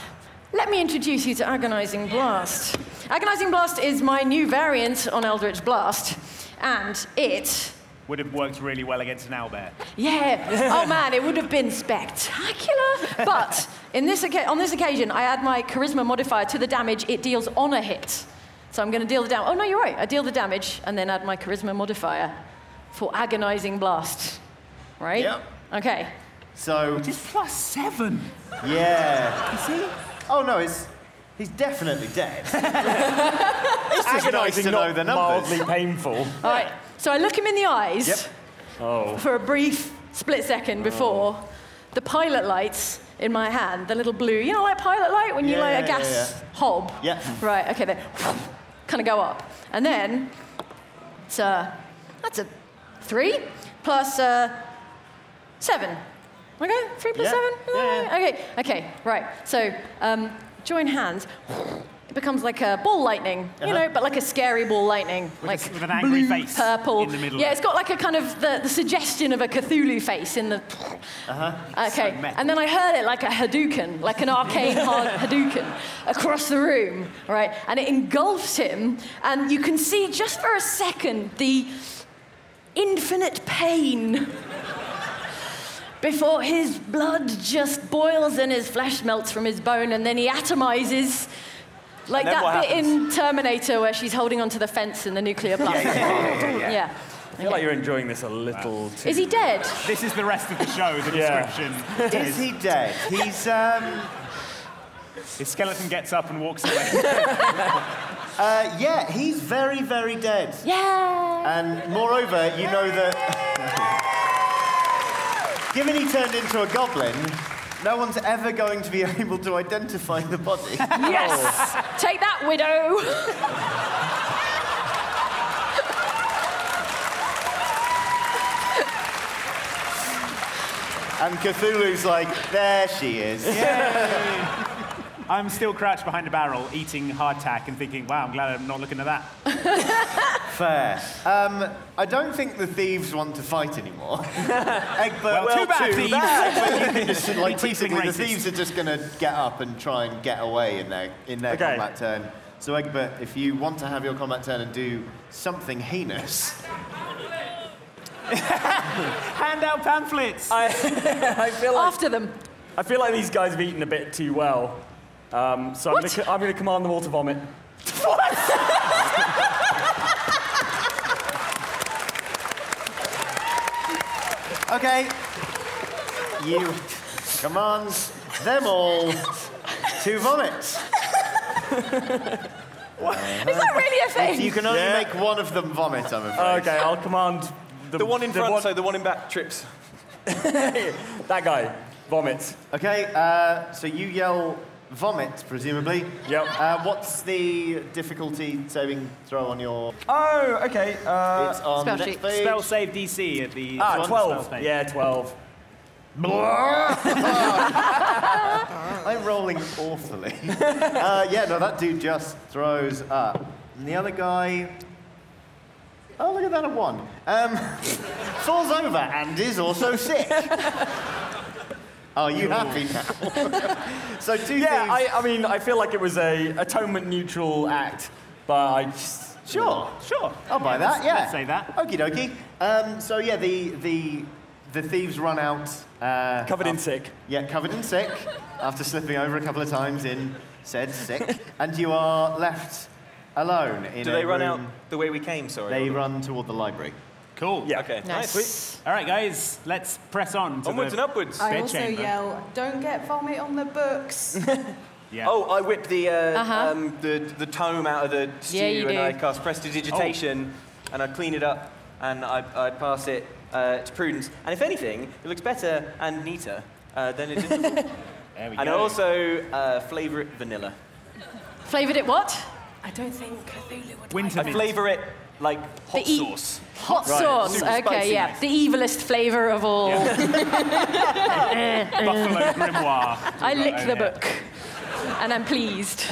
Speaker 5: Let me introduce you to agonizing blast. Agonizing blast is my new variant on Eldritch Blast, and it
Speaker 6: Would have worked really well against an owlbear.
Speaker 5: Yeah. Oh man, it would have been spectacular. But in this oca- on this occasion, I add my charisma modifier to the damage it deals on a hit. So I'm going to deal the damage. Oh no, you're right. I deal the damage and then add my charisma modifier for agonizing blast, right?
Speaker 7: Yep.
Speaker 5: Okay.
Speaker 7: So.
Speaker 8: Which is plus seven.
Speaker 7: Yeah.
Speaker 8: You see?
Speaker 7: Oh no, it's he's definitely dead. it's just nice to know the numbers.
Speaker 8: mildly painful.
Speaker 5: All right. So I look him in the eyes
Speaker 7: Yep.
Speaker 8: Oh.
Speaker 5: for a brief split second before
Speaker 7: Oh.
Speaker 5: the pilot lights in my hand, the little blue, you know, like pilot light when you
Speaker 7: Yeah,
Speaker 5: light a
Speaker 7: yeah,
Speaker 5: gas
Speaker 7: yeah,
Speaker 5: hob.
Speaker 7: Yeah.
Speaker 5: Right. Okay. Then kind of go up, and then it's a that's a three plus uh, seven. Okay, three plus
Speaker 7: Yeah.
Speaker 5: seven.
Speaker 7: Yeah, yeah.
Speaker 5: Okay, okay, right. So um, join hands. It becomes like a ball lightning, you
Speaker 7: Uh-huh.
Speaker 5: know, but like a scary ball lightning, like
Speaker 6: with an angry
Speaker 5: blue,
Speaker 6: face
Speaker 5: purple.
Speaker 6: in the middle
Speaker 5: Yeah,
Speaker 6: of
Speaker 5: it's got like a kind of the, the suggestion of a Cthulhu face in the. Uh-huh. Okay, and then I heard it like a Hadouken, like an arcane hard Hadouken, across the room, right? And it engulfs him, and you can see just for a second the infinite pain before his blood just boils and his flesh melts from his bone and then he atomizes like
Speaker 4: And then
Speaker 5: that
Speaker 4: what
Speaker 5: bit in terminator where she's holding onto the fence in the nuclear blast yeah,
Speaker 8: I feel like you're enjoying this a little too.
Speaker 5: is he dead
Speaker 6: This is the rest of the show, the
Speaker 8: Yeah.
Speaker 6: description.
Speaker 7: Is he dead? He's um.
Speaker 6: His skeleton gets up and walks away.
Speaker 7: Uh, yeah, he's very very dead.
Speaker 5: yeah
Speaker 7: And moreover, you know that. Given he turned into a goblin, no one's ever going to be able to identify the body.
Speaker 5: yes take that widow
Speaker 7: And Cthulhu's like, there she is.
Speaker 6: I'm still crouched behind a barrel, eating hardtack and thinking, wow, I'm glad I'm not looking at that.
Speaker 7: Fair. Um, I don't think the thieves want to fight anymore. Egbert, well,
Speaker 6: too bad, thieves.
Speaker 7: Egbert, you can- like,
Speaker 6: Be teasing
Speaker 7: basically, the
Speaker 6: racist.
Speaker 7: thieves are just going to get up and try and get away in their, in their
Speaker 8: Okay.
Speaker 7: combat turn. So, Egbert, if you want to have your combat turn and do something heinous,
Speaker 6: Hand out pamphlets!
Speaker 8: I, I feel like
Speaker 5: after them
Speaker 8: I feel like these guys have eaten a bit too well. Um, so I'm
Speaker 5: What?
Speaker 8: gonna, co- I'm gonna command them all to vomit.
Speaker 7: okay, you command them all to vomit.
Speaker 5: is that really a thing
Speaker 7: You can only
Speaker 8: Yeah.
Speaker 7: make one of them vomit, I'm afraid.
Speaker 8: Okay, I'll command the,
Speaker 4: The one in front,
Speaker 8: one-
Speaker 4: so the one in back trips.
Speaker 8: that guy vomits.
Speaker 7: Okay, uh, so you yell vomit, presumably.
Speaker 8: Yep.
Speaker 7: Uh, what's the difficulty saving throw on your.
Speaker 8: Oh, okay. Uh,
Speaker 7: it's on
Speaker 5: spell
Speaker 7: the next
Speaker 5: sheet.
Speaker 7: page.
Speaker 6: Spell save DC at the.
Speaker 8: ah,
Speaker 6: one
Speaker 8: twelve.
Speaker 6: spell save.
Speaker 8: Yeah, twelve.
Speaker 7: I'm rolling awfully. uh, yeah, no, that dude just throws up. And the other guy. Oh, look at that, a one. Um, falls over and is also sick. Are you happy now? so two
Speaker 8: Yeah,
Speaker 7: thieves-
Speaker 8: I, I mean, I feel like it was a atonement neutral act, but I just
Speaker 7: Sure,
Speaker 6: Sure.
Speaker 7: I'll buy that.
Speaker 6: let's-
Speaker 7: yeah,
Speaker 6: let's say that.
Speaker 7: Okie dokie. Um, so yeah, the the the thieves run out. Uh,
Speaker 8: covered in sick.
Speaker 7: yeah, covered in sick after slipping over a couple of times in said sick, and you are left alone. In
Speaker 4: Do
Speaker 7: a
Speaker 4: they run out
Speaker 7: room.
Speaker 4: the way we came? Sorry.
Speaker 7: They run toward the library.
Speaker 6: Cool.
Speaker 8: Yeah.
Speaker 4: Okay.
Speaker 5: nice
Speaker 6: All right, guys, let's press on. To
Speaker 4: Onwards
Speaker 6: the
Speaker 4: and upwards.
Speaker 9: I
Speaker 6: Bed
Speaker 9: also
Speaker 6: chamber.
Speaker 9: yell, don't get vomit on the books.
Speaker 6: Yeah.
Speaker 4: Oh, I whip the, uh,
Speaker 5: Uh-huh.
Speaker 4: um, the the tome out of the stew
Speaker 5: you Oh.
Speaker 4: and
Speaker 5: do.
Speaker 4: I cast prestidigitation and I clean it up and I, I pass it uh, to Prudence. And if anything, it looks better and neater uh, than it did. before.
Speaker 6: there we
Speaker 4: and I
Speaker 6: go.
Speaker 4: also uh, flavour it vanilla.
Speaker 5: flavored it what
Speaker 9: I don't think Cthulhu would
Speaker 6: Winter
Speaker 4: I
Speaker 6: mint.
Speaker 4: flavour it like hot
Speaker 5: e-
Speaker 4: sauce.
Speaker 5: hot sauce
Speaker 4: Super
Speaker 5: okay
Speaker 4: spicy.
Speaker 5: yeah the evilest flavor of all
Speaker 6: Buffalo Grimoire.
Speaker 5: i lick
Speaker 6: over
Speaker 5: the
Speaker 6: here.
Speaker 5: book and i'm pleased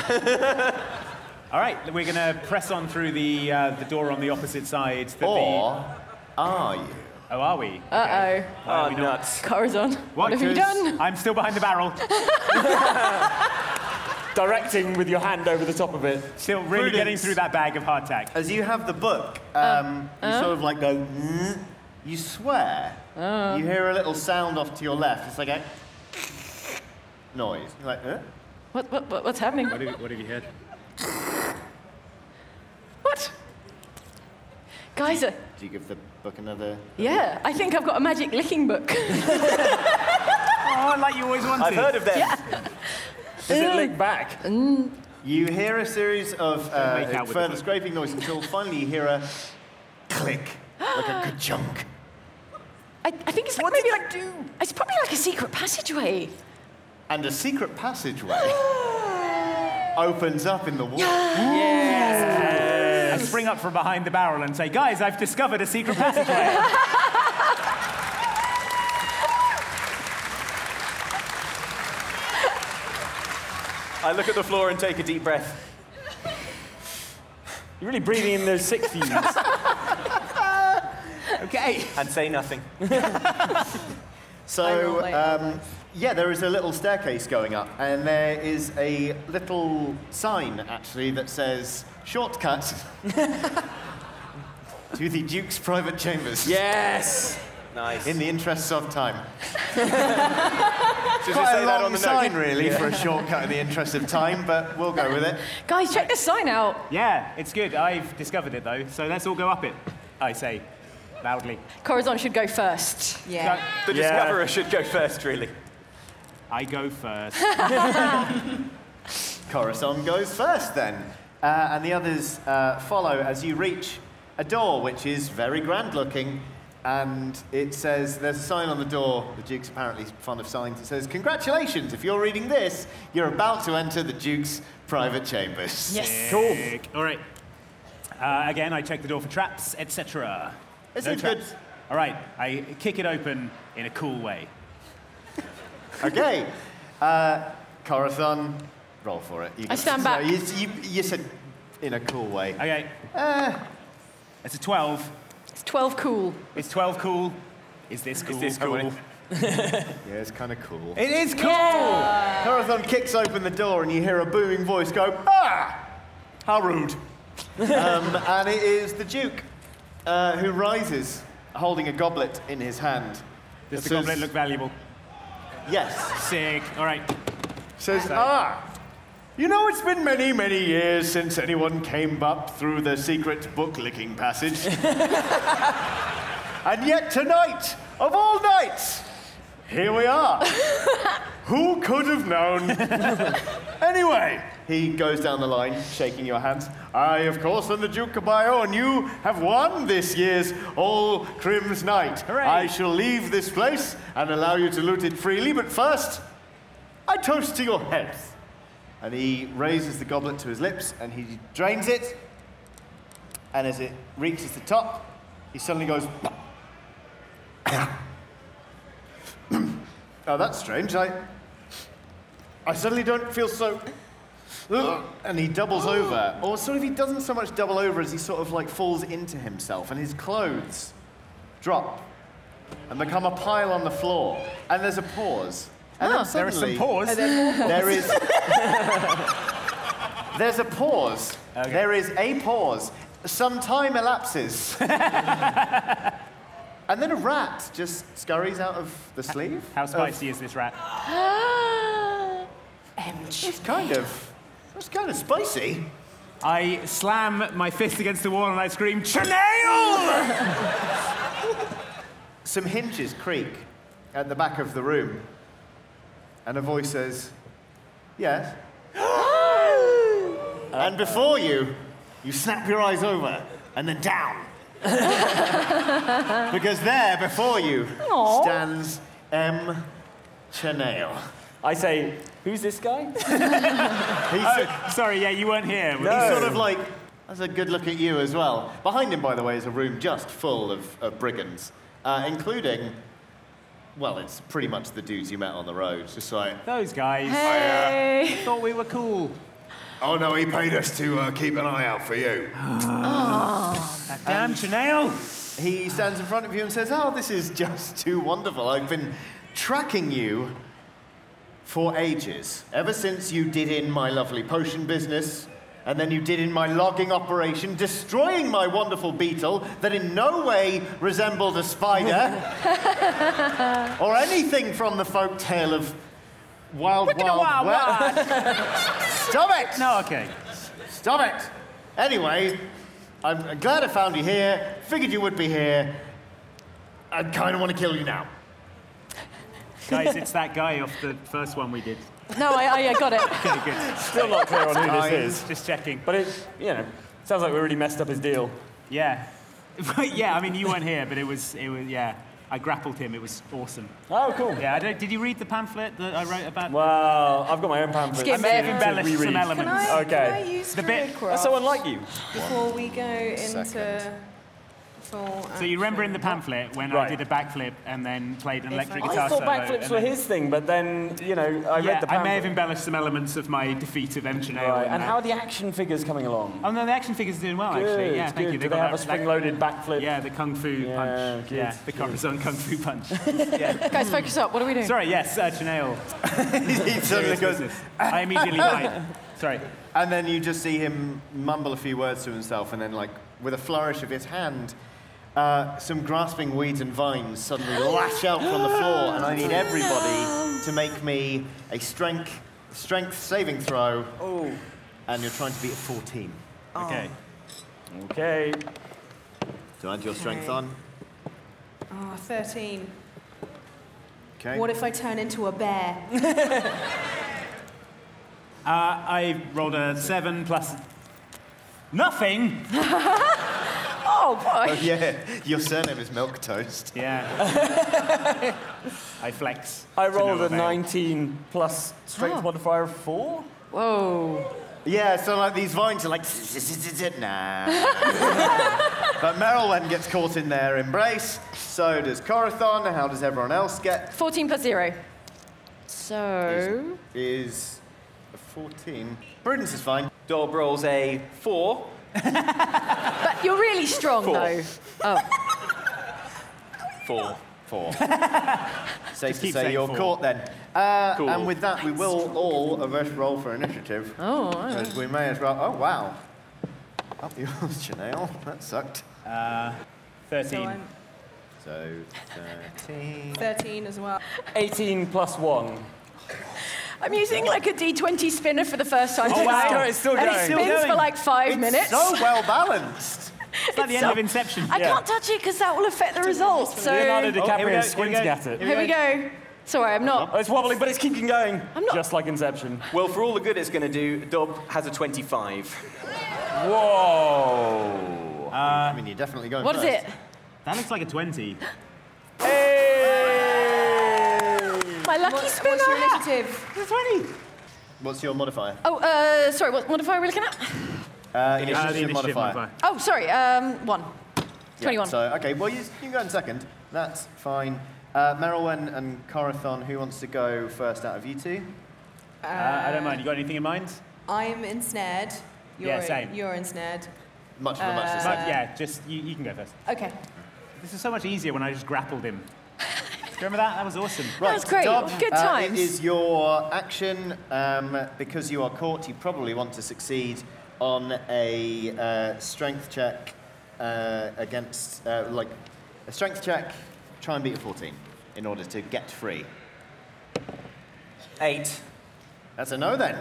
Speaker 6: All right, we're going to press on through the uh, the door on the opposite side. That
Speaker 7: Or are you?
Speaker 6: the, oh, are we?
Speaker 5: uh-oh
Speaker 4: Oh,
Speaker 6: we not?
Speaker 4: nuts.
Speaker 5: Corazon, what have you
Speaker 7: Because-
Speaker 5: done?
Speaker 6: I'm still behind the barrel.
Speaker 8: Directing with your hand over the top of it.
Speaker 6: Still really
Speaker 7: Prudence.
Speaker 6: getting through that bag of hardtack.
Speaker 7: As you have the book, um, you sort of like go. "Mm," You swear. You hear a little sound off to your left. It's like a noise. You're like, huh?
Speaker 5: What, what, what, what's happening?
Speaker 6: What have, what have you heard?
Speaker 5: What? Guys, are,
Speaker 7: Do you give the book another?
Speaker 5: Yeah, I think I've got a magic licking book.
Speaker 6: oh, like you always wanted.
Speaker 7: I've heard of them.
Speaker 5: Does
Speaker 7: it look back? You hear a series of
Speaker 6: make
Speaker 7: uh,
Speaker 6: out with the
Speaker 7: further
Speaker 6: book.
Speaker 7: scraping noise until finally you hear a click, like a ka-chunk.
Speaker 5: I, I think it's like maybe like do? It's probably like a secret passageway.
Speaker 7: and a secret passageway opens up in the wall.
Speaker 6: I spring up from behind the barrel and say, guys, I've discovered a secret passageway.
Speaker 4: I look at the floor and take a deep breath.
Speaker 8: You're really breathing in those sick fumes.
Speaker 4: Okay. And say nothing.
Speaker 7: So,
Speaker 9: late,
Speaker 7: um, yeah, there is a little staircase going up, and there is a little sign actually that says shortcut to the Duke's private chambers.
Speaker 8: yes!
Speaker 4: Nice.
Speaker 7: In the interests of time.
Speaker 4: Should we
Speaker 7: Quite
Speaker 4: say
Speaker 7: a
Speaker 4: that
Speaker 7: long
Speaker 4: on the note?
Speaker 7: sign, really, for a shortcut in the interests of time, but we'll go with it.
Speaker 5: Guys, check this sign out.
Speaker 6: yeah, it's good. I've discovered it, though. So let's all go up it, I say loudly.
Speaker 5: Corazon should go first.
Speaker 9: Yeah.
Speaker 4: The
Speaker 8: Yeah.
Speaker 4: discoverer should go first, really.
Speaker 6: I go first.
Speaker 7: Coruscant goes first then, uh, and the others uh, follow as you reach a door which is very grand looking. And it says, there's a sign on the door, the Duke's apparently fond of signs. It says, Congratulations, if you're reading this, you're about to enter the Duke's private chambers.
Speaker 5: Yes.
Speaker 6: Cool.
Speaker 1: All right.
Speaker 6: Uh, again, I check the door for traps, etc.
Speaker 7: This
Speaker 6: No
Speaker 7: is good.
Speaker 6: traps. All right, I kick it open in a cool way.
Speaker 7: Okay. Uh, Coruscant, roll for it. You got
Speaker 5: stand
Speaker 7: it.
Speaker 5: back.
Speaker 7: No, you, you, you said in a cool way.
Speaker 6: Okay. it's a 12.
Speaker 5: It's 12 cool.
Speaker 6: Is 12 cool? Is this cool?
Speaker 4: this
Speaker 6: I
Speaker 4: cool?
Speaker 6: wanna-
Speaker 7: Yeah, it's kind of cool.
Speaker 6: It is cool!
Speaker 7: Corazon kicks open the door and you hear a booming voice go, Ah! How rude. um, and it is the Duke uh, who rises, holding a goblet in his hand.
Speaker 6: Does
Speaker 7: It
Speaker 6: the
Speaker 7: says-
Speaker 6: goblet look valuable?
Speaker 7: Yes.
Speaker 6: Sick. All right.
Speaker 7: Says, Ah! You know, it's been many, many years since anyone came up through the secret book licking passage. and yet tonight, of all nights, here we are. Who could have known? anyway, he goes down the line, shaking your hands. I, of course, am the Duke Caballo, and you have won this year's All Crims Night.
Speaker 6: Hooray.
Speaker 7: I shall leave this place and allow you to loot it freely, but first, I toast to your health. And he raises the goblet to his lips and he drains it. And as it reaches the top, he suddenly goes. oh, that's strange. I, I suddenly don't feel so. And he doubles over. Or sort of, he doesn't so much double over as he sort of like falls into himself and his clothes drop and become a pile on the floor. And there's a pause. And then
Speaker 6: There is some
Speaker 7: suddenly-
Speaker 6: pause.
Speaker 7: there is. there's a pause. There is a pause. Some time elapses. and then a rat just scurries out of the sleeve.
Speaker 6: How
Speaker 7: of-
Speaker 8: Uh,
Speaker 6: spicy is this rat?
Speaker 7: It's kind of. It's kind of spicy.
Speaker 6: I slam my fist against the wall and I scream, Trinail!
Speaker 7: Some hinges creak at the back of the room. And a voice says, Yes. and before you, you snap your eyes over and then down. because there before you stands M. Chennail.
Speaker 8: I say, oh, who's this guy?
Speaker 7: He's
Speaker 6: Oh, Sorry, yeah, you weren't here.
Speaker 7: He's sort of like, that's a good look at you as well. Behind him, by the way, is a room just full of, of brigands, uh, including, well, it's pretty much the dudes you met on the road. Just like,
Speaker 6: Those guys.
Speaker 8: Oh,
Speaker 6: I uh, thought we were cool.
Speaker 7: oh no, he paid us to uh, keep an eye out for you.
Speaker 6: Damn, Trinail!
Speaker 7: He stands in front of you and says, oh, this is just too wonderful. I've been tracking you for ages, ever since you did in my lovely potion business. And then you did in my logging operation, destroying my wonderful beetle that in no way resembled a spider. or anything from the folk tale of Wild Wild
Speaker 6: Wow,
Speaker 7: West.
Speaker 6: wow.
Speaker 7: Stop it!
Speaker 6: No, okay.
Speaker 7: Stop it! Anyway, I'm glad I found you here. Figured you would be here. I kind of want to kill you now.
Speaker 6: Guys, it's that guy off the first one we did.
Speaker 5: No, I, I got it.
Speaker 6: Okay, good.
Speaker 8: Still not clear on who this is.
Speaker 6: Just checking.
Speaker 8: But it, you know, sounds like we really messed up his deal.
Speaker 6: Yeah. But yeah, I mean, you weren't here, but it was, it was, yeah. I grappled him. It was awesome.
Speaker 8: Oh, cool.
Speaker 6: Yeah, I don't, did you read the pamphlet that I wrote about?
Speaker 8: Well, I've got my own pamphlet.
Speaker 6: I may have embellished some elements.
Speaker 9: Can I, can I
Speaker 8: Okay.
Speaker 9: use
Speaker 6: The bit-
Speaker 9: Fluidcraft
Speaker 8: That's so unlike you.
Speaker 9: before we go into
Speaker 7: Second.
Speaker 9: full
Speaker 6: So you remember in the pamphlet when I
Speaker 8: Right.
Speaker 6: did a backflip and then played an electric guitar
Speaker 8: I thought
Speaker 6: solo?
Speaker 8: backflips
Speaker 6: and
Speaker 8: were
Speaker 6: then-
Speaker 8: his thing, but then, you know, I
Speaker 6: yeah,
Speaker 8: read the pamphlet.
Speaker 6: I may have embellished some elements of my defeat of Engineer.
Speaker 8: Right, and how are the action figures coming along?
Speaker 6: Oh no, the action figure's doing well
Speaker 8: Good,
Speaker 6: actually. Yeah, thank
Speaker 8: good.
Speaker 6: you.
Speaker 8: Do they
Speaker 6: got
Speaker 8: have a
Speaker 6: that- that-
Speaker 8: spring-loaded backflip?
Speaker 6: Yeah, the kung fu
Speaker 8: Yeah,
Speaker 6: punch.
Speaker 8: good,
Speaker 6: yeah, the Corazon kung fu punch. yeah.
Speaker 5: Guys, focus up. What are we doing?
Speaker 6: Sorry, yes, uh, Janelle.
Speaker 7: he suddenly
Speaker 6: Serious
Speaker 7: goes,
Speaker 6: business. I immediately died. Sorry.
Speaker 7: and then you just see him mumble a few words to himself, and then, like, with a flourish of his hand, uh, some grasping weeds and vines suddenly lash out from the floor, and I need everybody to make me a strength strength saving throw. Oh. And you're trying to beat a 14.
Speaker 8: Oh.
Speaker 6: Okay.
Speaker 8: Okay.
Speaker 7: So add your strength
Speaker 9: Okay.
Speaker 7: on.
Speaker 9: Ah, 13.
Speaker 7: Okay.
Speaker 9: What if I turn into a bear?
Speaker 6: Uh, I rolled a seven plus nothing.
Speaker 5: Oh, boy.
Speaker 7: Oh, yeah, your surname is Milk Toast.
Speaker 6: Yeah. I flex.
Speaker 8: I
Speaker 6: to
Speaker 8: rolled
Speaker 6: no
Speaker 8: a
Speaker 6: avail.
Speaker 8: 19 plus
Speaker 6: Oh.
Speaker 8: strength modifier of 4.
Speaker 5: Whoa.
Speaker 7: Yeah, so like these vines are like, "Z-z-z-z-z-z-" nah. but Merylwen gets caught in their embrace. So does Corathon. How does everyone else get?
Speaker 5: 14 plus 0. So.
Speaker 7: Is a 14. Prudence is fine.
Speaker 4: Dolb rolls a four.
Speaker 5: But you're really strong,
Speaker 4: Four.
Speaker 5: though.
Speaker 4: Four.
Speaker 7: Four. Safe to
Speaker 6: keep
Speaker 7: say
Speaker 6: saying
Speaker 7: you're
Speaker 6: four.
Speaker 7: caught then. Uh,
Speaker 4: Cool.
Speaker 7: And with that, we will all a rush roll for initiative. Oh, We may as well. Oh, wow. Up yours, Janelle. That sucked.
Speaker 6: 13.
Speaker 9: so I'm
Speaker 7: So 13.
Speaker 9: 13 as well.
Speaker 8: 18 plus 1.
Speaker 5: I'm using like a D20 spinner for the first time.
Speaker 8: Oh, wow.
Speaker 5: tonight.
Speaker 8: It's still
Speaker 5: and
Speaker 8: going.
Speaker 5: it
Speaker 8: Still
Speaker 5: spins for
Speaker 8: going.
Speaker 5: like five minutes.
Speaker 7: So well balanced.
Speaker 6: It's at the end of Inception.
Speaker 5: I can't touch it because that will affect the results. So
Speaker 8: Leonardo
Speaker 5: here
Speaker 6: here we
Speaker 8: DiCaprio
Speaker 6: go,
Speaker 8: is squinting
Speaker 6: here we go.
Speaker 8: at it.
Speaker 5: we go. Sorry, I'm not.
Speaker 8: Oh, it's wobbling, but it's keeping going.
Speaker 5: I'm not-
Speaker 8: Just like Inception.
Speaker 4: Well, for all the good it's going to do, Dob has a 25.
Speaker 8: Whoa.
Speaker 7: I mean, you're definitely going.
Speaker 5: What is
Speaker 7: first.
Speaker 5: it?
Speaker 6: That looks like a 20.
Speaker 5: My lucky spinner.
Speaker 9: What's your initiative?
Speaker 7: What's your modifier?
Speaker 5: Oh, uh, sorry. What modifier are we looking at?
Speaker 7: Uh,
Speaker 6: Uh,
Speaker 7: initiative,
Speaker 6: the initiative modifier.
Speaker 5: Oh, sorry. Um, one.
Speaker 7: Yeah,
Speaker 5: 21.
Speaker 7: So, okay, well, you, you can go in second. That's fine. Uh, Merylwen and Corathon, who wants to go first out of you two?
Speaker 6: Uh, I don't mind. You got anything in mind?
Speaker 9: I'm ensnared. You're,
Speaker 6: Yeah, same.
Speaker 9: You're ensnared.
Speaker 7: Much of a much the
Speaker 8: Uh,
Speaker 6: But
Speaker 7: same.
Speaker 6: yeah, just you, you can go first.
Speaker 9: Okay.
Speaker 6: This is so much easier when I just grappled him. Do you remember that? That was awesome.
Speaker 7: Right,
Speaker 5: was great.
Speaker 7: Dob,
Speaker 5: Good
Speaker 7: uh,
Speaker 5: times.
Speaker 7: it is your action. Um, because you are caught, you probably want to succeed on a uh, strength check uh, against, uh, like, a strength check, try and beat a 14 in order to get free.
Speaker 4: Eight.
Speaker 7: That's a no then.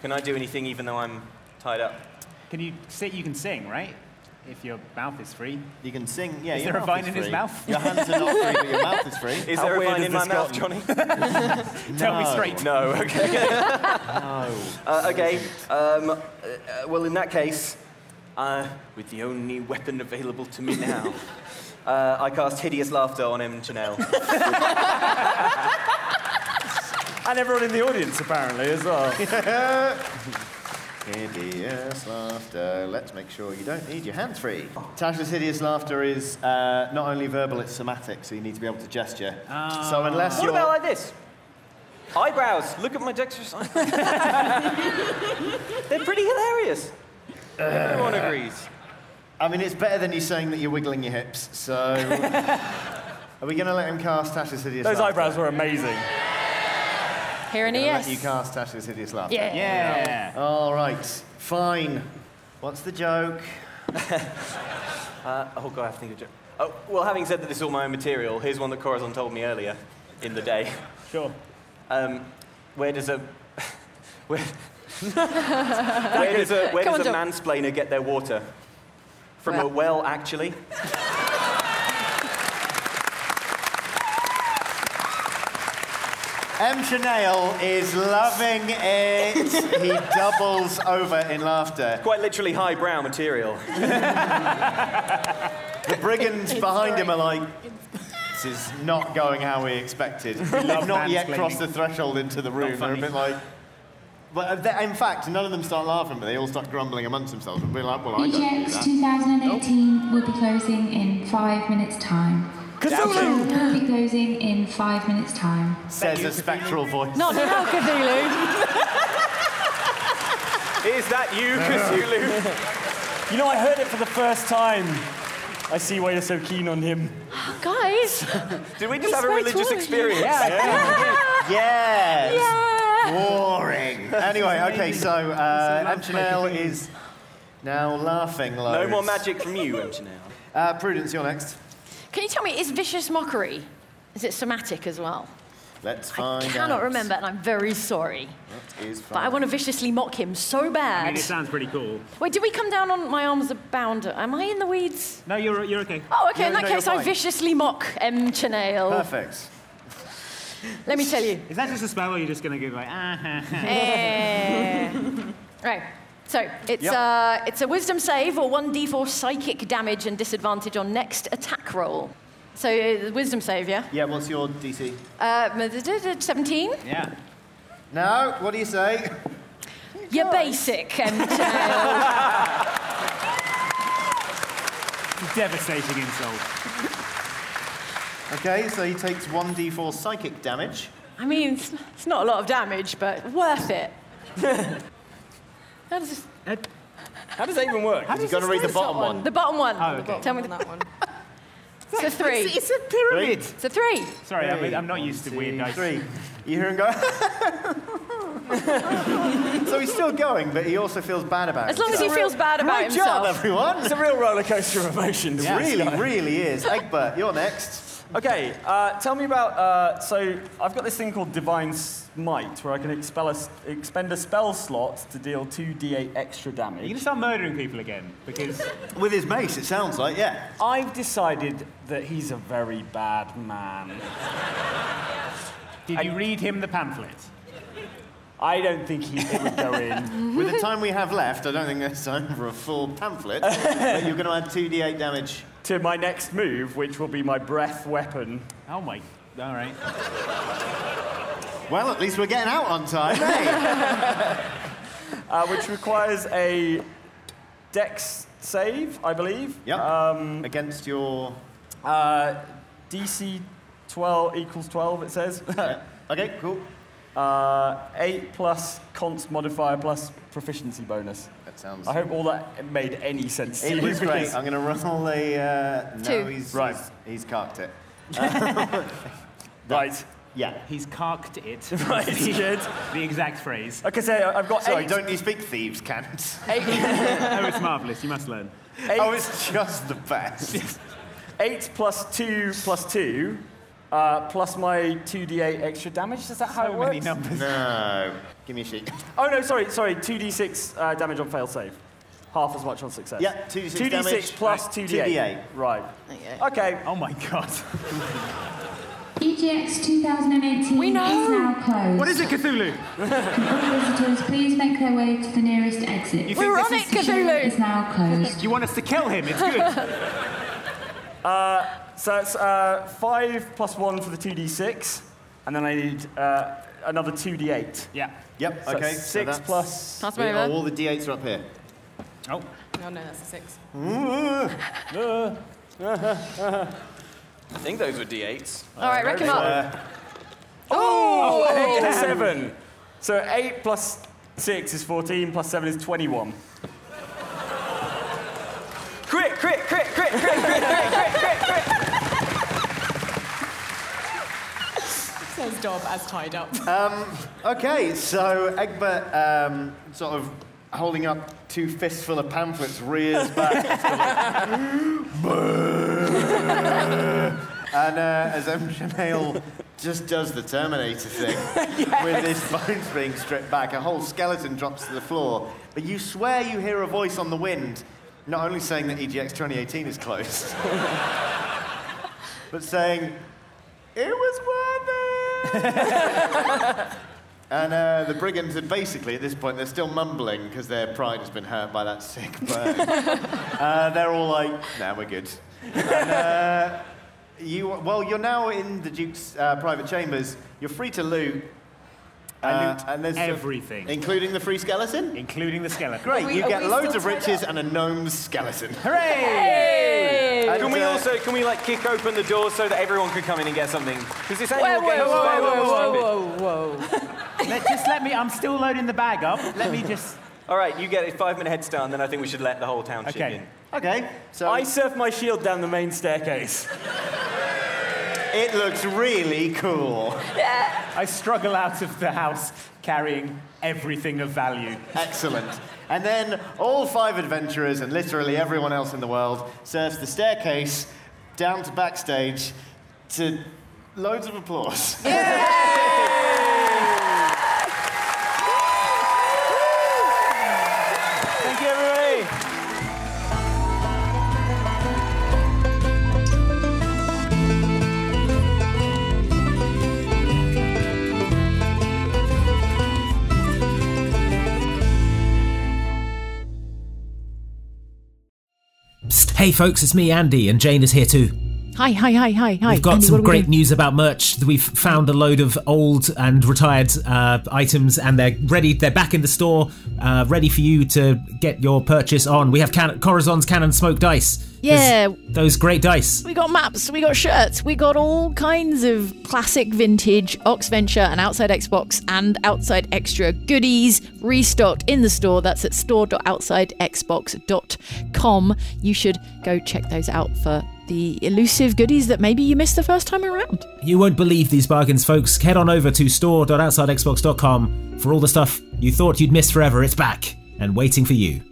Speaker 4: Can I do anything even though I'm tied up?
Speaker 6: Can you sit? You can sing, right? If your mouth is free.
Speaker 7: You can sing. Yeah,
Speaker 6: Is
Speaker 7: your
Speaker 6: there a
Speaker 7: mouth
Speaker 6: vine in his
Speaker 7: free.
Speaker 6: mouth?
Speaker 7: Your hands are not free, but your mouth is free.
Speaker 4: Is
Speaker 8: How
Speaker 4: there a
Speaker 8: weird
Speaker 4: vine
Speaker 8: has
Speaker 4: in my
Speaker 8: this
Speaker 4: mouth,
Speaker 8: gotten?
Speaker 4: Johnny?
Speaker 6: Tell me straight.
Speaker 4: No, okay. Uh, okay, um, uh, uh, well, in that case, uh, with the only weapon available to me now, uh, I cast Hideous Laughter on him and Janelle.
Speaker 8: And everyone in the audience, apparently, as well.
Speaker 7: Hideous laughter. Let's make sure you don't need your hands free. Tasha's hideous laughter is uh, not only verbal, it's somatic, so you need to be able to gesture. So unless
Speaker 4: Ah. what
Speaker 7: you're.
Speaker 4: about like this? Eyebrows. Look at my dexterous eyebrows. They're pretty hilarious. Everyone agrees.
Speaker 7: I mean, it's better than you saying that you're wiggling your hips. So, are we going to let him cast Tasha's hideous?
Speaker 8: Those
Speaker 7: laughter?
Speaker 8: eyebrows were amazing.
Speaker 5: Here in a
Speaker 7: Gonna
Speaker 5: yes.
Speaker 7: Let you cast Tasha's hideous laughter.
Speaker 5: Yeah.
Speaker 6: Yeah.
Speaker 7: All right. Fine. What's the joke?
Speaker 4: Uh, oh, God, I have to think of a joke. Oh, well, having said that this is all my own material, here's one that Corazon told me earlier in the day.
Speaker 6: Sure.
Speaker 4: Um, where does a where, where does a, where
Speaker 5: Come
Speaker 4: does a
Speaker 5: on,
Speaker 4: mansplainer get their water? from a well, actually.
Speaker 7: M. Chanel is loving it. he doubles over in laughter.
Speaker 4: Quite literally highbrow material.
Speaker 7: The brigands behind him are like, this is not going how we expected. They've
Speaker 6: love
Speaker 7: not yet
Speaker 6: mansplaining.
Speaker 7: crossed the threshold into the room. They're a
Speaker 6: funny.
Speaker 7: bit like. But uh, they- in fact, none of them start laughing, but they all start grumbling amongst themselves. And we're like, well, I don't do
Speaker 11: Reject
Speaker 7: that.
Speaker 11: 2018 will be closing in five minutes' time.
Speaker 7: Cthulhu!
Speaker 11: Will be closing in five minutes' time.
Speaker 7: Says a spectral voice.
Speaker 11: Not now, Cthulhu.
Speaker 4: Is that you, Cthulhu?
Speaker 8: you know, I heard it for the first time. I see why you're so keen on him.
Speaker 5: Guys.
Speaker 4: Did
Speaker 8: we just have a religious experience?
Speaker 7: Yeah.
Speaker 8: Yeah.
Speaker 7: Yes.
Speaker 5: Yeah.
Speaker 7: Boring. Anyway, okay, so uh, M. Chanel is now laughing
Speaker 4: No
Speaker 7: loads.
Speaker 4: more magic from you, Emchanel.
Speaker 7: Uh, Prudence, you're next.
Speaker 5: Can you tell me, is vicious mockery, is it somatic as well?
Speaker 7: Let's find out.
Speaker 5: Cannot remember, and I'm very sorry.
Speaker 7: That is
Speaker 5: But I
Speaker 7: fine.
Speaker 5: want to viciously mock him so
Speaker 12: I mean,
Speaker 5: bad.
Speaker 12: it sounds pretty cool.
Speaker 5: Wait, did we come down on my arms are bound? Am I in the weeds?
Speaker 12: No, you're, you're okay.
Speaker 5: Oh, okay.
Speaker 12: No,
Speaker 5: in that
Speaker 12: no, you're
Speaker 5: case, I
Speaker 12: fine.
Speaker 5: viciously mock M. Chanel.
Speaker 7: Perfect.
Speaker 5: Let me tell you.
Speaker 12: Is that just a spell, or you're just gonna go like ah? ha, ha.
Speaker 5: Eh. right. So it's
Speaker 12: Yep.
Speaker 5: uh, it's a wisdom save or one d4 psychic damage and disadvantage on next attack roll. So uh, wisdom save, yeah.
Speaker 7: Yeah, what's your DC?
Speaker 5: Uh, Seventeen.
Speaker 7: Yeah. No, what do you say?
Speaker 5: You're basic, uh, M. Chanel.
Speaker 7: Devastating insult. Okay, so he takes 1d4 psychic damage.
Speaker 5: I mean, it's, it's not a lot of damage, but worth it. How does this?
Speaker 8: How does that even work?
Speaker 7: How You've got to read the bottom one.
Speaker 5: The bottom one.
Speaker 7: Oh, okay.
Speaker 5: Tell me that one. It's a three.
Speaker 7: It's- it's a pyramid. Three.
Speaker 5: It's a three.
Speaker 6: Sorry, I'm, I'm not used to weird dice.
Speaker 7: Three. You hear him go. so he's still going, but he also feels bad about it.
Speaker 5: As long as he feels bad about
Speaker 7: Great
Speaker 5: himself.
Speaker 7: job, everyone.
Speaker 8: It's a real roller coaster of emotions.
Speaker 7: Yeah,
Speaker 8: really,
Speaker 7: it really is. Egbert, you're next.
Speaker 8: Okay, uh, tell me about. Uh, so I've got this thing called Divine Smite, where I can expel a, s- expend a spell slot to deal two d8 extra damage. Are you gonna start murdering people again? Because
Speaker 7: with his mace, it sounds like yeah.
Speaker 8: I've decided that he's a very bad man.
Speaker 6: Did you read him the pamphlet?
Speaker 8: I don't think he would go in.
Speaker 7: With the time we have left, I don't think there's time for a full pamphlet. but you're going to add 2d8 damage.
Speaker 8: To my next move, which will be my breath weapon. Oh my! All right.
Speaker 7: Well, at least we're getting out on time.
Speaker 8: uh, which requires a dex save, I believe.
Speaker 7: Yep.
Speaker 8: Um,
Speaker 7: Against your.
Speaker 8: Uh, DC 12 equals 12, it says.
Speaker 7: okay, cool.
Speaker 8: Uh, 8 plus const modifier plus proficiency bonus.
Speaker 7: That sounds.
Speaker 8: I hope all that made any sense. to
Speaker 7: It
Speaker 8: you
Speaker 7: was great.
Speaker 8: because-
Speaker 7: I'm going to roll a. Uh, no,
Speaker 8: Two.
Speaker 7: he's
Speaker 8: Right.
Speaker 7: He's, he's carked it.
Speaker 8: right.
Speaker 7: Yeah.
Speaker 6: He's carked it.
Speaker 8: Right, he did.
Speaker 6: The exact phrase.
Speaker 8: Okay, so I've got
Speaker 7: Sorry,
Speaker 8: eight.
Speaker 7: don't you speak thieves' cant?
Speaker 6: oh, it's marvellous. You must learn.
Speaker 7: Oh, it's just the best.
Speaker 8: 8 plus 2 plus 2 uh, plus my 2d8 extra damage. Is that how it works?
Speaker 7: No. Give me a sheet.
Speaker 8: Oh no, sorry, sorry. Two d six uh, damage on fail save. Half as much on success.
Speaker 7: Yeah, 2d6 damage.
Speaker 8: plus
Speaker 7: Right,
Speaker 8: two d eight.
Speaker 7: 2d8.
Speaker 8: Right. Okay. Oh my god.
Speaker 11: EGX 2018
Speaker 5: We know.
Speaker 11: is now closed.
Speaker 6: Cthulhu?
Speaker 11: All visitors, please make their way to the nearest exit.
Speaker 6: You think We're this on is- it, Cthulhu.
Speaker 11: Is now closed.
Speaker 6: You want us to kill him? It's good.
Speaker 8: Uh, so that's uh, five plus one for the two d six, and then I need uh, another two d eight.
Speaker 6: Yeah.
Speaker 7: Yep,
Speaker 8: So
Speaker 7: okay.
Speaker 8: that's six
Speaker 7: that's-
Speaker 8: plus.
Speaker 7: We- oh, all the d8s are up here.
Speaker 6: Oh.
Speaker 9: No, no, that's a six.
Speaker 4: I think those were D8s.
Speaker 5: All right, reckon up.
Speaker 8: Oh,
Speaker 5: Oh!
Speaker 8: eight and seven. So eight plus six is fourteen. Plus seven is twenty-one. Crit, crit, crit, crit, crit, crit, crit, crit, crit, crit.
Speaker 9: Says Dob as tied up.
Speaker 7: Um, okay, so Egbert, um, sort of holding up two fistful of pamphlets, rears back. and uh, as M. Chanel just does the Terminator thing with his bones being stripped back, a whole skeleton drops to the floor. But you swear you hear a voice on the wind. not only saying that E EGX 2018 is closed, but saying it was worth it. and uh, the brigands are basically at this point they're still mumbling because their pride has been hurt by that sick burn. uh, they're all like, "Now we're good." And, uh, you well, you're now in the Duke's uh, private chambers. You're free to loot.
Speaker 6: I
Speaker 7: uh,
Speaker 6: loot
Speaker 7: and there's
Speaker 6: everything.
Speaker 7: including the free skeleton?
Speaker 6: Including the skeleton.
Speaker 7: Great, you get loads of riches and a gnome's skeleton. Hooray! And,
Speaker 4: Can we
Speaker 7: uh,
Speaker 4: also can we like kick open the door so that everyone can come in and get something? Because this annual game is very, very stupid.
Speaker 13: whoa, whoa. let, just let me, I'm still loading the bag up. Let me just.
Speaker 4: All right, you get a five-minute head start, and then I think we should let the whole township
Speaker 13: Okay.
Speaker 4: in.
Speaker 7: Okay. So
Speaker 8: I surf my shield down the main staircase.
Speaker 7: it looks really cool.
Speaker 6: I struggle out of the house carrying everything of value.
Speaker 7: Excellent. And then all five adventurers and literally everyone else in the world surfs the staircase down to backstage to loads of applause.
Speaker 4: Thank you, everybody.
Speaker 1: Psst, hey folks, it's me, Andy, and Jane is here too.
Speaker 2: Hi, hi, hi, hi, hi.
Speaker 1: We've got
Speaker 2: Andy, what
Speaker 1: some
Speaker 2: are we
Speaker 1: great
Speaker 2: doing?
Speaker 1: news about merch. We've found a load of old and retired uh, items, and they're ready. They're back in the store, uh, ready for you to get your purchase on. We have can- Corazon's Cannon Smoke Dice. There's
Speaker 2: Yeah.
Speaker 1: those great dice.
Speaker 2: We got maps, we got shirts, we got all kinds of classic vintage Oxventure and Outside Xbox and Outside Extra goodies restocked in the store. That's at store.outsidexbox.com. You should go check those out for the elusive goodies that maybe you missed the first time around.
Speaker 1: You won't believe these bargains, folks. Head on over to store.outsidexbox.com for all the stuff you thought you'd missed forever. It's back and waiting for you.